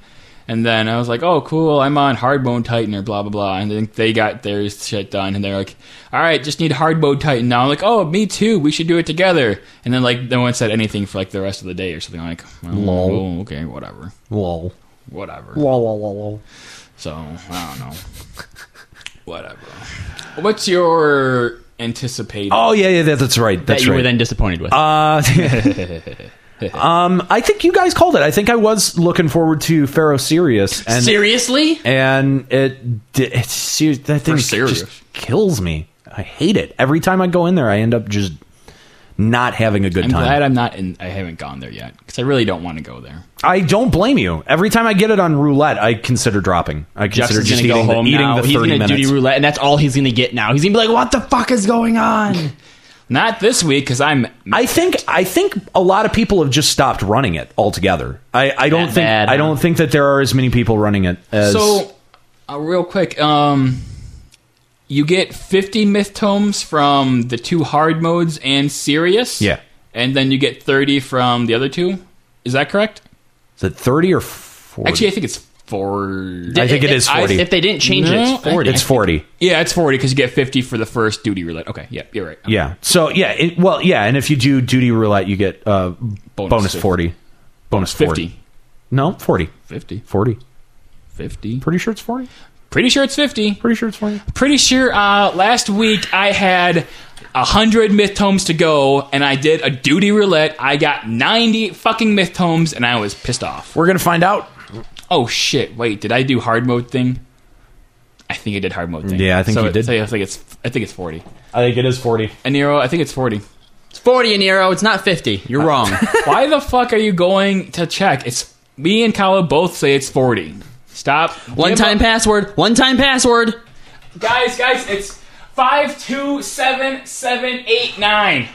Speaker 4: And then I was like, "Oh, cool, I'm on hard mode Titan or blah blah blah." And then they got their shit done, and they're like, "All right, just need hard mode Titan now." I'm like, "Oh, me too. We should do it together." And then like no one said anything for like the rest of the day or something. I'm like, well,
Speaker 7: Lol.
Speaker 4: oh, okay, whatever,
Speaker 7: Lol.
Speaker 4: whatever.
Speaker 7: Lol. Lol. lol, lol.
Speaker 4: So I don't know. Whatever. What's your anticipated?
Speaker 7: Oh yeah, yeah. That, that's right.
Speaker 9: that
Speaker 7: That's
Speaker 9: you were
Speaker 7: right.
Speaker 9: then disappointed with.
Speaker 7: Uh, um, I think you guys called it. I think I was looking forward to Pharaoh Sirius, and
Speaker 9: Seriously?
Speaker 7: and it, di- it's ser- that thing
Speaker 4: Sirius.
Speaker 7: just kills me. I hate it. Every time I go in there, I end up just not having a good
Speaker 4: I'm
Speaker 7: time.
Speaker 4: glad I'm not in. I haven't gone there yet because I really don't want to go there.
Speaker 7: I don't blame you. Every time I get it on roulette, I consider dropping. I consider
Speaker 9: Juxta's
Speaker 7: just
Speaker 9: gonna
Speaker 7: eating,
Speaker 9: go home
Speaker 7: the, eating
Speaker 9: now.
Speaker 7: the
Speaker 9: He's
Speaker 7: 30
Speaker 9: gonna
Speaker 7: minutes.
Speaker 9: duty roulette, and that's all he's gonna get now. He's gonna be like, what the fuck is going on?
Speaker 4: Not this week because I'm.
Speaker 7: I think I think a lot of people have just stopped running it altogether. I, I don't
Speaker 9: That
Speaker 7: think
Speaker 9: bad,
Speaker 7: I
Speaker 9: huh?
Speaker 7: don't think that there are as many people running it as
Speaker 4: so uh, real quick. Um, you get 50 myth tomes from the two hard modes and Sirius.
Speaker 7: Yeah.
Speaker 4: And then you get 30 from the other two. Is that correct?
Speaker 7: Is it 30 or 40?
Speaker 4: Actually, I think it's four.
Speaker 7: I think it is
Speaker 9: I-
Speaker 7: 40.
Speaker 9: if they didn't change
Speaker 4: No,
Speaker 9: it, it's forty.
Speaker 7: it's 40.
Speaker 4: yeah, it's 40 because you get 50 for the first duty roulette. Okay. Yeah, you're right.
Speaker 7: Yeah. So, yeah, it, well, yeah, and if you do duty roulette, you get uh, bonus, bonus
Speaker 4: 50.
Speaker 7: 40. Bonus 40.
Speaker 4: 50.
Speaker 7: No, 40.
Speaker 4: 50.
Speaker 7: 40.
Speaker 4: 50.
Speaker 7: Pretty sure it's 40?
Speaker 4: Pretty sure it's 50.
Speaker 7: Pretty sure it's 40.
Speaker 4: Pretty sure uh, last week I had 100 myth tomes to go and I did a duty roulette. I got 90 fucking myth tomes and I was pissed off.
Speaker 7: We're going to find out.
Speaker 4: Oh shit, wait, did I do hard mode thing? I think I did hard mode thing.
Speaker 7: Yeah, I think
Speaker 4: So
Speaker 7: you
Speaker 4: it-
Speaker 7: did.
Speaker 4: so I think it's I think it's 40.
Speaker 7: I think it is 40.
Speaker 4: And Nero, I think it's 40.
Speaker 9: It's forty, Nero. It's not fifty.
Speaker 7: Uh,
Speaker 9: You're wrong.
Speaker 4: Why the fuck are you going to check? It's me and Kala both say it's 40. Stop.
Speaker 9: One
Speaker 4: Give
Speaker 9: time
Speaker 4: up.
Speaker 9: password. One time password.
Speaker 4: Guys, guys, it's five two seven seven eight nine.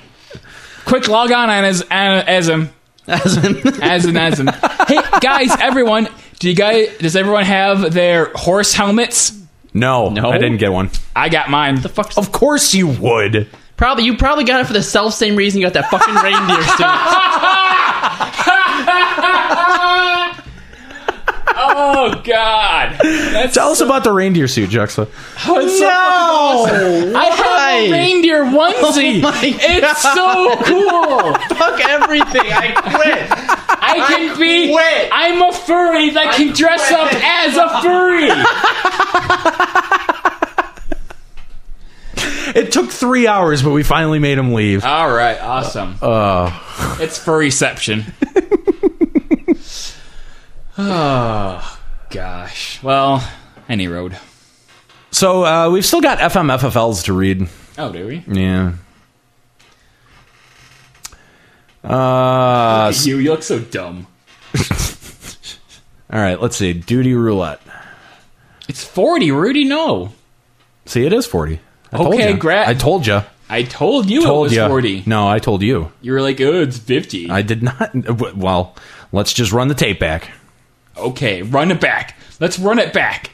Speaker 4: Quick log on as as him
Speaker 9: As in-
Speaker 4: as an as him. Hey guys, everyone, do you guys does everyone have their horse helmets?
Speaker 7: No, no. I didn't get one.
Speaker 4: I got mine. The fuck?
Speaker 7: Of course you would.
Speaker 9: Probably you probably got it for the self same reason you got that fucking reindeer suit.
Speaker 4: Oh god, that's
Speaker 7: Tell us about the reindeer suit, Juxta.
Speaker 4: Oh,
Speaker 9: no,
Speaker 4: I have a reindeer onesie.
Speaker 9: Oh my
Speaker 4: it's so cool.
Speaker 9: fuck everything. I quit.
Speaker 4: I can be.
Speaker 9: quit.
Speaker 4: I'm a furry that can dress up as a furry.
Speaker 7: It took three hours, but we finally made him leave.
Speaker 4: All right, awesome.
Speaker 7: Uh,
Speaker 4: it's furryception. oh gosh. Well, any road.
Speaker 7: So uh, we've still got FMFFLs to read.
Speaker 4: Oh, do we?
Speaker 7: Yeah. Uh,
Speaker 4: you, you look so dumb.
Speaker 7: all right, let's see. Duty roulette.
Speaker 4: It's forty, Rudy. No,
Speaker 7: See, it is 40. I
Speaker 4: Okay,
Speaker 7: told you.
Speaker 4: gra-
Speaker 7: I told you.
Speaker 4: I told you
Speaker 7: Told
Speaker 4: it was
Speaker 7: you.
Speaker 4: forty.
Speaker 7: No, I told you.
Speaker 4: You were like, oh, it's fifty.
Speaker 7: I did not. Well, let's just run the tape back.
Speaker 4: okay, run it back. Let's run it back.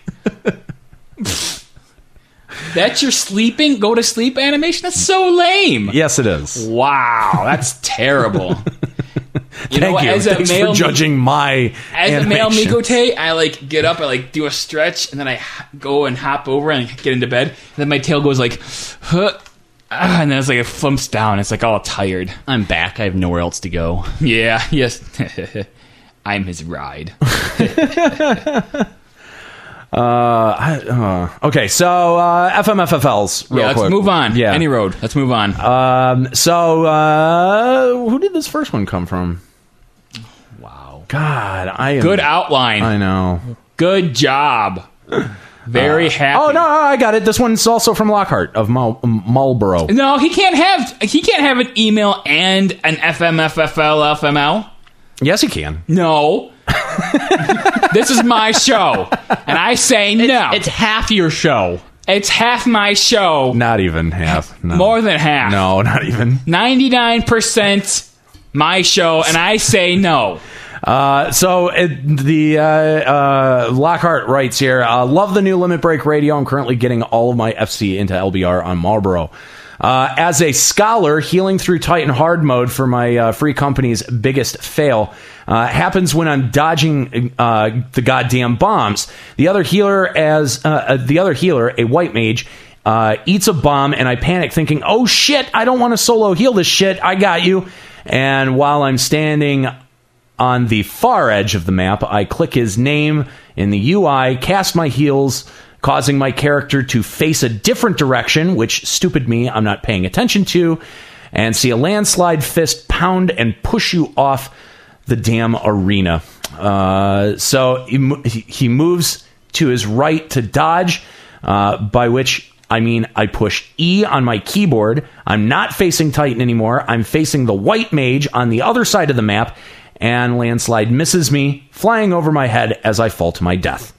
Speaker 4: That's your sleeping, go to sleep animation. That's so lame.
Speaker 7: Yes, it is.
Speaker 4: Wow, that's terrible. You know,
Speaker 7: Thank you.
Speaker 4: as a
Speaker 7: Thanks
Speaker 4: male-
Speaker 7: for judging my
Speaker 4: As a male
Speaker 7: animation.
Speaker 4: migote, I like get up, I like do a stretch, and then I h- go and hop over and get into bed. And then my tail goes like, huh, ah, and then it's like it flumps down. It's like all tired.
Speaker 9: I'm back. I have nowhere else to go.
Speaker 4: Yeah. Yes. I'm his ride.
Speaker 7: Uh, I, uh, okay, so uh, FMFFLs. Real
Speaker 4: yeah. Let's
Speaker 7: quick.
Speaker 4: move on.
Speaker 7: Yeah.
Speaker 4: Any road. Let's move on.
Speaker 7: Um, so uh, who did this first one come from? Wow. God, I am,
Speaker 4: Good outline.
Speaker 7: I know.
Speaker 4: Good job. Very
Speaker 9: Uh,
Speaker 4: happy.
Speaker 7: Oh no, no, I got it. This one's also from Lockhart of Mul- Marlboro.
Speaker 4: No, he can't have he can't have an email and an FMFFL FML.
Speaker 7: Yes, he can.
Speaker 4: No. this is my show. And I say no.
Speaker 9: It's half your show.
Speaker 4: It's half my show.
Speaker 7: Not even half. No.
Speaker 4: More than half.
Speaker 7: No, not even.
Speaker 4: 99% my show and I say no.
Speaker 7: Uh, so it, the uh, uh, Lockhart writes here. Uh, Love the new Limit Break Radio. I'm currently getting all of my FC into LBR on Marlboro. Uh, as a scholar, healing through Titan hard mode for my uh, free company's biggest fail uh, happens when I'm dodging uh, the goddamn bombs. The other healer, as uh, uh, the other healer, a white mage, uh, eats a bomb, and I panic, thinking, "Oh shit! I don't want to solo heal this shit. I got you." And while I'm standing on the far edge of the map, I click his name in the UI, cast my heels, causing my character to face a different direction, which stupid me, I'm not paying attention to, and see a landslide fist pound and push you off the damn arena. Uh, so he, mo- he- he moves to his right to dodge, uh, by which I mean I push E on my keyboard. I'm not facing Titan anymore. I'm facing the white mage on the other side of the map, and landslide misses me, flying over my head as I fall to my death.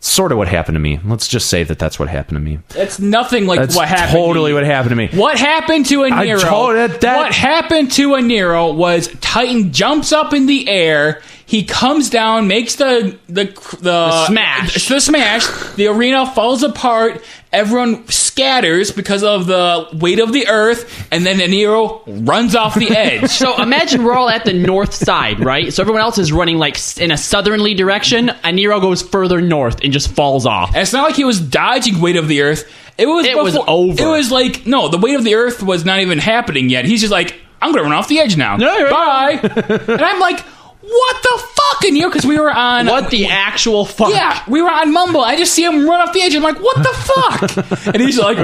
Speaker 7: Sort of what happened to me. Let's just say that that's what happened to me.
Speaker 4: It's nothing like
Speaker 7: That's
Speaker 4: what happened. to
Speaker 7: totally
Speaker 4: you.
Speaker 7: what happened to me.
Speaker 4: What happened to a
Speaker 7: I
Speaker 4: Nero?
Speaker 7: told it that-
Speaker 4: What happened to a Nero was Titan jumps up in the air. He comes down, makes the the the,
Speaker 9: smash.
Speaker 4: the smash. The arena falls apart. Everyone scatters because of the weight of the earth, and then a Nero runs off the edge.
Speaker 9: So imagine we're all at the north side, right? So everyone else is running like s- in a southerly direction, and Nero goes further north and just falls off.
Speaker 4: And it's not like he was dodging weight of the earth. It was
Speaker 9: It was
Speaker 4: before-
Speaker 9: over.
Speaker 4: It was like no, the weight of the earth was not even happening yet. He's just like, I'm gonna run off the edge now.
Speaker 9: Yeah, yeah,
Speaker 4: Bye. and I'm like, what the fuck? And you because we were on
Speaker 9: What the actual fuck?
Speaker 4: Yeah, we were on Mumble. I just see him run off the edge. I'm like, what the fuck? and he's like,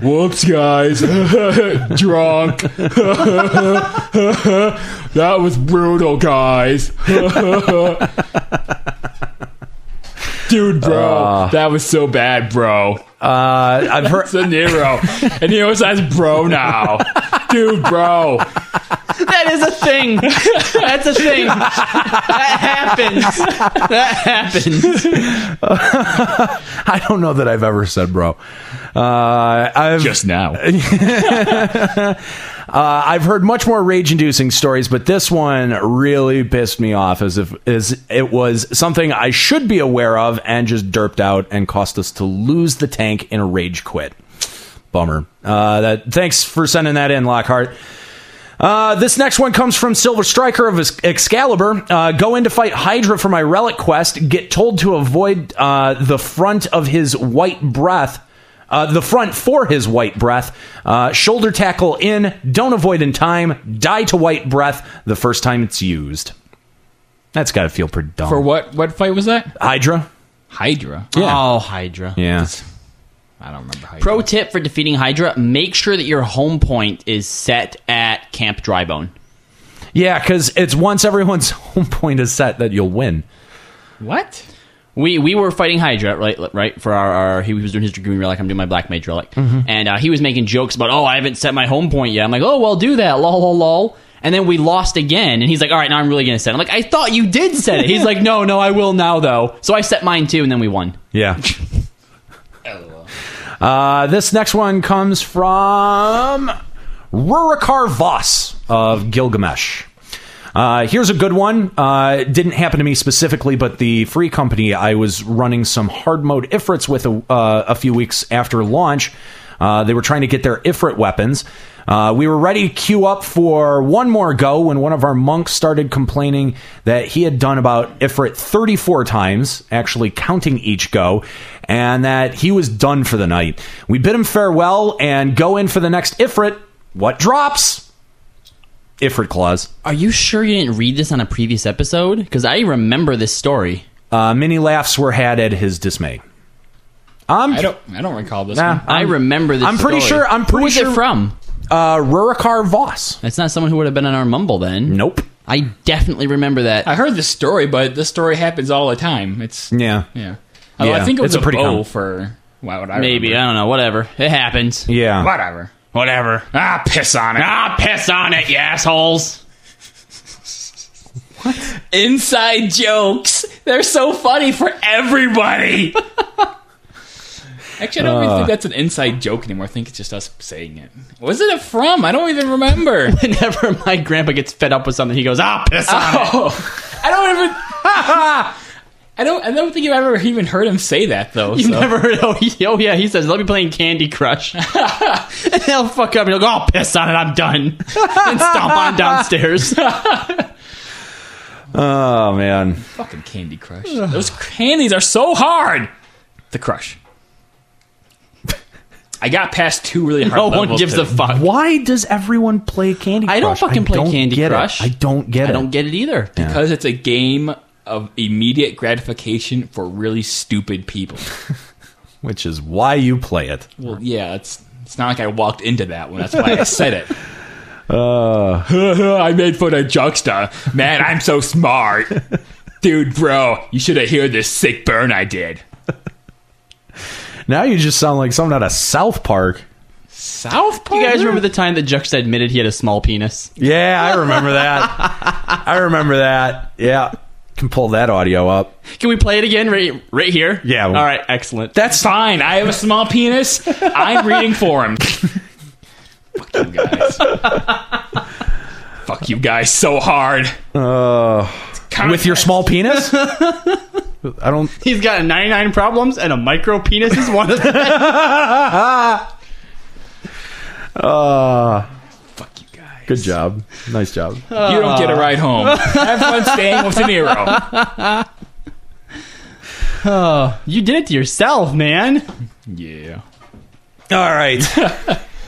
Speaker 4: whoops, guys, drunk. that was brutal, guys. Dude, bro, that was so bad, bro.
Speaker 7: Uh, I've heard.
Speaker 4: To Nero, and Nero says, "Bro, now, dude, bro."
Speaker 9: That is a thing. That's a thing. That happens. That happens.
Speaker 7: I don't know that I've ever said, bro. Uh, I've
Speaker 4: Just now,
Speaker 7: Uh, I've heard much more rage-inducing stories, but this one really pissed me off. As if as it was something I should be aware of and just derped out and cost us to lose the tank in a rage quit. Bummer. Uh, that, thanks for sending that in, Lockhart. Uh, this next one comes from Silver Striker of Exc- Excalibur. Uh, go in to fight Hydra for my relic quest. Get told to avoid uh, the front of his white breath. Uh, the front for his white breath. Uh, shoulder tackle in. Don't avoid in time. Die to white breath the first time it's used. That's got to feel pretty dumb.
Speaker 4: for what? What fight was that?
Speaker 7: Hydra.
Speaker 4: Hydra.
Speaker 9: Oh, Hydra.
Speaker 7: Yeah.
Speaker 4: I don't remember. Hydra.
Speaker 9: Pro tip for defeating Hydra: make sure that your home point is set at Camp Drybone.
Speaker 7: Yeah, because it's once everyone's home point is set that you'll win.
Speaker 4: what?
Speaker 9: We we were fighting Hydra, right? Right for our, our he was doing his Dragoon relic. I'm doing my Black Mage relic, and uh, he was making jokes about, oh, I haven't set my home point yet. I'm like, oh, well, do that, lol, lol, lol. And then we lost again, and he's like, all right, now I'm really gonna set. it. I'm like, I thought you did set it. He's like, no, no, I will now though. So I set mine too, and then we won.
Speaker 7: Yeah. uh, this next one comes from Rurikar Voss of Gilgamesh. Uh, here's a good one. Uh, it didn't happen to me specifically, but the free company I was running some hard mode Ifrits with a, uh, a few weeks after launch. Uh, they were trying to get their Ifrit weapons. Uh, we were ready to queue up for one more go when one of our monks started complaining that he had done about Ifrit 34 times, actually counting each go, and that he was done for the night. We bid him farewell and go in for the next Ifrit. What drops? Ifrit claws.
Speaker 9: Are you sure you didn't read this on a previous episode? Because I remember this story.
Speaker 7: Uh, many laughs were had at his dismay. Um, I'm,
Speaker 4: I don't. I don't recall this.
Speaker 7: Nah,
Speaker 4: one.
Speaker 9: I
Speaker 7: I'm-
Speaker 9: remember this.
Speaker 7: I'm pretty
Speaker 9: story.
Speaker 7: sure. I'm pretty
Speaker 9: Who was
Speaker 7: sure
Speaker 9: it from?
Speaker 7: Uh, Rurikar Voss.
Speaker 9: That's not someone who would have been on our mumble then.
Speaker 7: Nope.
Speaker 9: I definitely remember that.
Speaker 4: I heard this story, but this story happens all the time. It's
Speaker 7: Yeah.
Speaker 4: yeah. Although
Speaker 7: Yeah,
Speaker 4: I think it was
Speaker 7: it's a
Speaker 4: a,
Speaker 7: pretty
Speaker 4: bow
Speaker 7: common-
Speaker 4: for. Why would I?
Speaker 9: Maybe I
Speaker 4: remember?
Speaker 9: don't know. Whatever. It happens.
Speaker 7: Yeah.
Speaker 4: Whatever.
Speaker 9: Whatever.
Speaker 4: Ah, piss on it.
Speaker 9: Ah, piss on it, you assholes.
Speaker 4: Inside jokes. They're so funny for everybody. Actually, I don't even
Speaker 7: Uh.
Speaker 4: think that's an inside joke anymore. I think it's just us saying it. Was it from? I don't even remember.
Speaker 9: Whenever my grandpa gets fed up with something, he goes, ah, piss on it.
Speaker 4: oh, I don't even. I don't. I don't think I've ever even heard him say that though.
Speaker 9: You've
Speaker 4: so.
Speaker 9: never heard, oh, he- oh, yeah, he says, let me playing Candy Crush. and he'll fuck up and he'll go, oh, piss on it, I'm done. and stomp on downstairs.
Speaker 7: Oh man.
Speaker 4: Fucking Candy Crush. Those candies are so hard. The Crush. I got past two really hard.
Speaker 9: no one
Speaker 4: levels
Speaker 9: gives
Speaker 4: today.
Speaker 9: a fuck.
Speaker 7: Why does everyone play Candy Crush?
Speaker 9: I don't fucking play Candy
Speaker 7: get it.
Speaker 9: Crush.
Speaker 7: I don't get it.
Speaker 9: I don't get it either.
Speaker 4: because it's a game of immediate gratification for really stupid people.
Speaker 7: Which is why you play it.
Speaker 4: Well, yeah, it's it's not like I walked into that one. That's why I said it.
Speaker 7: Uh,
Speaker 4: Uh-huh, I made fun of Juxta. Man, I'm so smart. Dude, bro, you should have heard this sick burn I did.
Speaker 7: Now you just sound like something out of South Park.
Speaker 4: South Park?
Speaker 9: You guys remember the time that Juxta admitted he had a small penis?
Speaker 7: Yeah, I remember that. I remember that. Yeah. Can pull that audio up.
Speaker 9: Can we play it again right, right here?
Speaker 7: Yeah.
Speaker 9: All right, excellent.
Speaker 4: That's fine. I have a small penis. I'm reading for him. Fuck you guys. Fuck you guys so hard.
Speaker 7: Uh, with your small penis? I don't
Speaker 9: He's got a 99 problems and a micro penis is one of them.
Speaker 7: uh
Speaker 4: Fuck you guys.
Speaker 7: good job. Nice job.
Speaker 4: You don't get a ride home.
Speaker 9: Uh.
Speaker 4: Have fun staying with De Niro.
Speaker 9: you did it to yourself, man.
Speaker 4: Yeah.
Speaker 7: All right.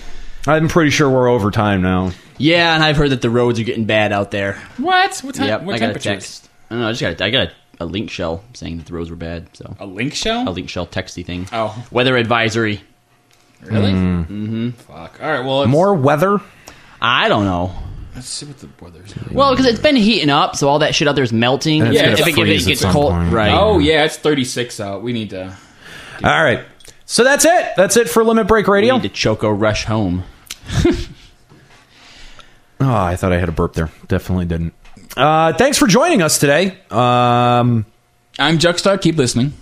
Speaker 7: I'm pretty sure we're over time now.
Speaker 9: Yeah, and I've heard that the roads are getting bad out there.
Speaker 4: What? What, time,
Speaker 9: Yep,
Speaker 4: what
Speaker 9: I got a
Speaker 4: temperature is-
Speaker 9: text. I don't know, I just got a, I got a, a link shell saying that the roads were bad. So
Speaker 4: A link show?
Speaker 9: a link shell texty thing.
Speaker 4: Oh.
Speaker 9: weather advisory.
Speaker 4: Really?
Speaker 9: Mm.
Speaker 4: Mm-hmm. Fuck. All right. Well, let's,
Speaker 7: More weather?
Speaker 9: I don't know.
Speaker 4: Let's see what the weather's.
Speaker 9: Well, because it's been heating up, so all that shit out there's melting.
Speaker 7: And it's
Speaker 4: gonna
Speaker 9: if it, if
Speaker 7: freeze
Speaker 9: it
Speaker 7: at
Speaker 9: gets
Speaker 7: some
Speaker 9: cold,
Speaker 7: point.
Speaker 9: right?
Speaker 4: Oh yeah, it's 36 out. We need to.
Speaker 7: All right. So that's it. That's it for Limit Break
Speaker 9: we
Speaker 7: Radio.
Speaker 9: need to choco rush home.
Speaker 7: Oh, I thought I had a burp there. Definitely didn't. Uh, thanks for joining us today. Um,
Speaker 4: I'm Juxtar. Keep listening.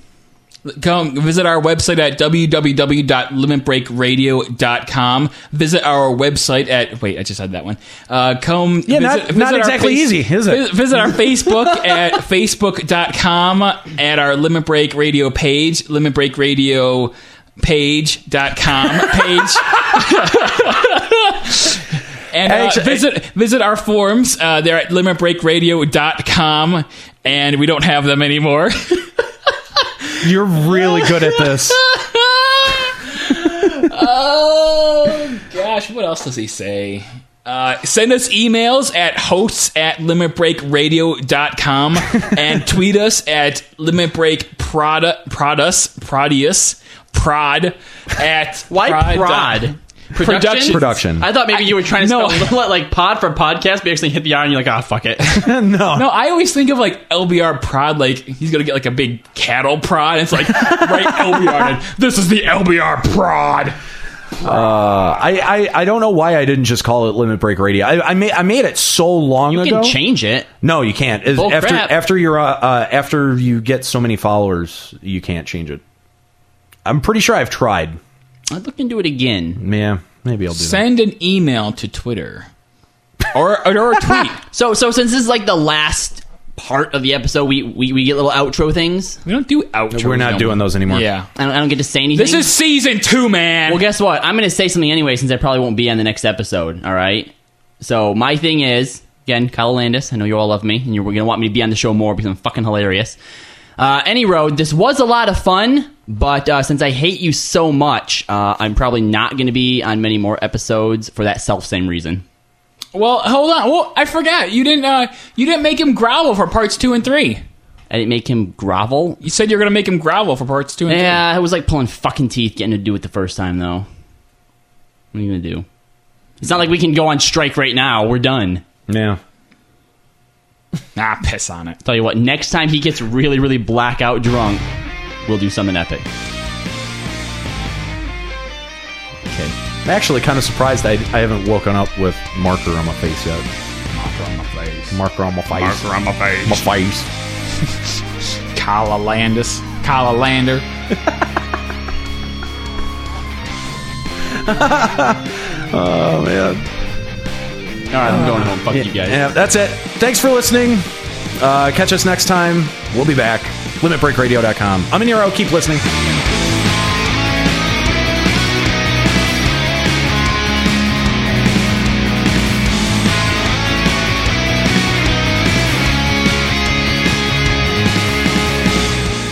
Speaker 4: Come visit our website at www.limitbreakradio.com. Visit our website at wait, I just had that one. Uh, come yeah,
Speaker 7: not- not exactly easy, is it?
Speaker 4: Visit our Facebook at facebook.com at our Limit Break Radio page, Limit Break Radio page.com page. And uh,
Speaker 7: Actually-
Speaker 4: visit visit our forums. Uh, they're at limitbreakradio.com, and we don't have them anymore.
Speaker 7: you're really good at this.
Speaker 4: oh gosh, what else does he say? Uh, send us emails at hosts at limitbreakradio.com and tweet us at limitbreak Prada, produs prodius prod at
Speaker 9: Why prod?
Speaker 4: production
Speaker 7: Production.
Speaker 9: I thought maybe you were trying to
Speaker 4: No.
Speaker 9: spell like pod for podcast, but you actually hit the R and you're like, ah, fuck it.
Speaker 4: No, I always think of like LBR prod, like he's gonna get like a big cattle prod. And it's like right LBR. 'd. This is the LBR prod.
Speaker 7: Uh, I, I, I don't know why I didn't just call it Limit Break Radio. I, I, made, I made it so long
Speaker 9: You
Speaker 7: ago.
Speaker 9: can change it.
Speaker 7: No, you can't. It's-
Speaker 9: Bull
Speaker 7: after
Speaker 9: crap.
Speaker 7: after you're uh, uh, after you get so many followers, you can't change it. I'm pretty sure I've tried.
Speaker 9: I'd look into it again.
Speaker 7: Yeah, maybe I'll do that.
Speaker 4: Send an email to Twitter or or a tweet.
Speaker 9: So so since this is like the last part of the episode we, we, we get little outro things?
Speaker 4: We don't do outros.
Speaker 7: We're not doing those anymore.
Speaker 9: Yeah. I don't, I don't get to say anything.
Speaker 4: This is season two, man.
Speaker 9: Well, guess what? I'm going to say something anyway since I probably won't be on the next episode. All right. So my thing is again, Kyle Landis. I know you all love me, and you're going to want me to be on the show more because I'm fucking hilarious. Uh, any road, this was a lot of fun, but uh, since I hate you so much, uh, I'm probably not going to be on many more episodes for that self same reason.
Speaker 4: Well, hold on. Well, I forgot. You didn't. Uh, you didn't make him growl for parts two and three.
Speaker 9: I didn't make him grovel.
Speaker 4: You said you're gonna make him growl for parts two and
Speaker 9: Yeah, it was like pulling fucking teeth getting to do it the first time, though. What are you going to do? It's not like we can go on strike right now. We're done.
Speaker 7: Yeah.
Speaker 4: three. Ah, piss on it.
Speaker 9: Tell you what, next time he gets really, really blackout drunk, we'll do something epic.
Speaker 7: Okay. I'm actually kind of surprised I, I haven't woken up with marker on my face yet. Marker on my face. Marker on my face. Marker on my face. My face.
Speaker 4: Kala Landis. Kala Lander.
Speaker 7: Oh man.
Speaker 9: All right, I'm going home. Fuck you guys.
Speaker 7: Yeah, that's it. Thanks for listening. Uh, catch us next time. We'll be back. LimitBreakRadio.com. I'm in Nero. Keep listening.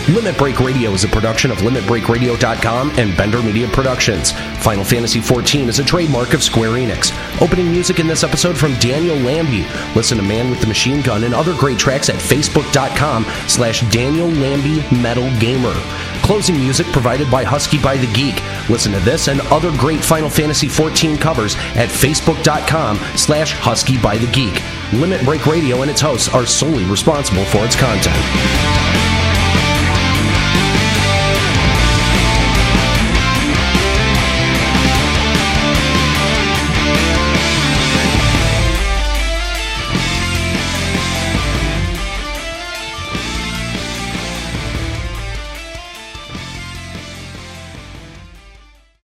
Speaker 7: Limit Break Radio is a production of LimitBreakRadio.com and Bender Media Productions. Final Fantasy XIV is a trademark of Square Enix. Opening music in this episode from Daniel Lambie. Listen to Man with the Machine Gun and other great tracks at Facebook.com slash Daniel Lambie Metal Gamer. Closing music provided by Husky by the Geek. Listen to this and other great Final Fantasy XIV covers at Facebook.com slash Husky by the Geek. Limit Break Radio and its hosts are solely responsible for its content.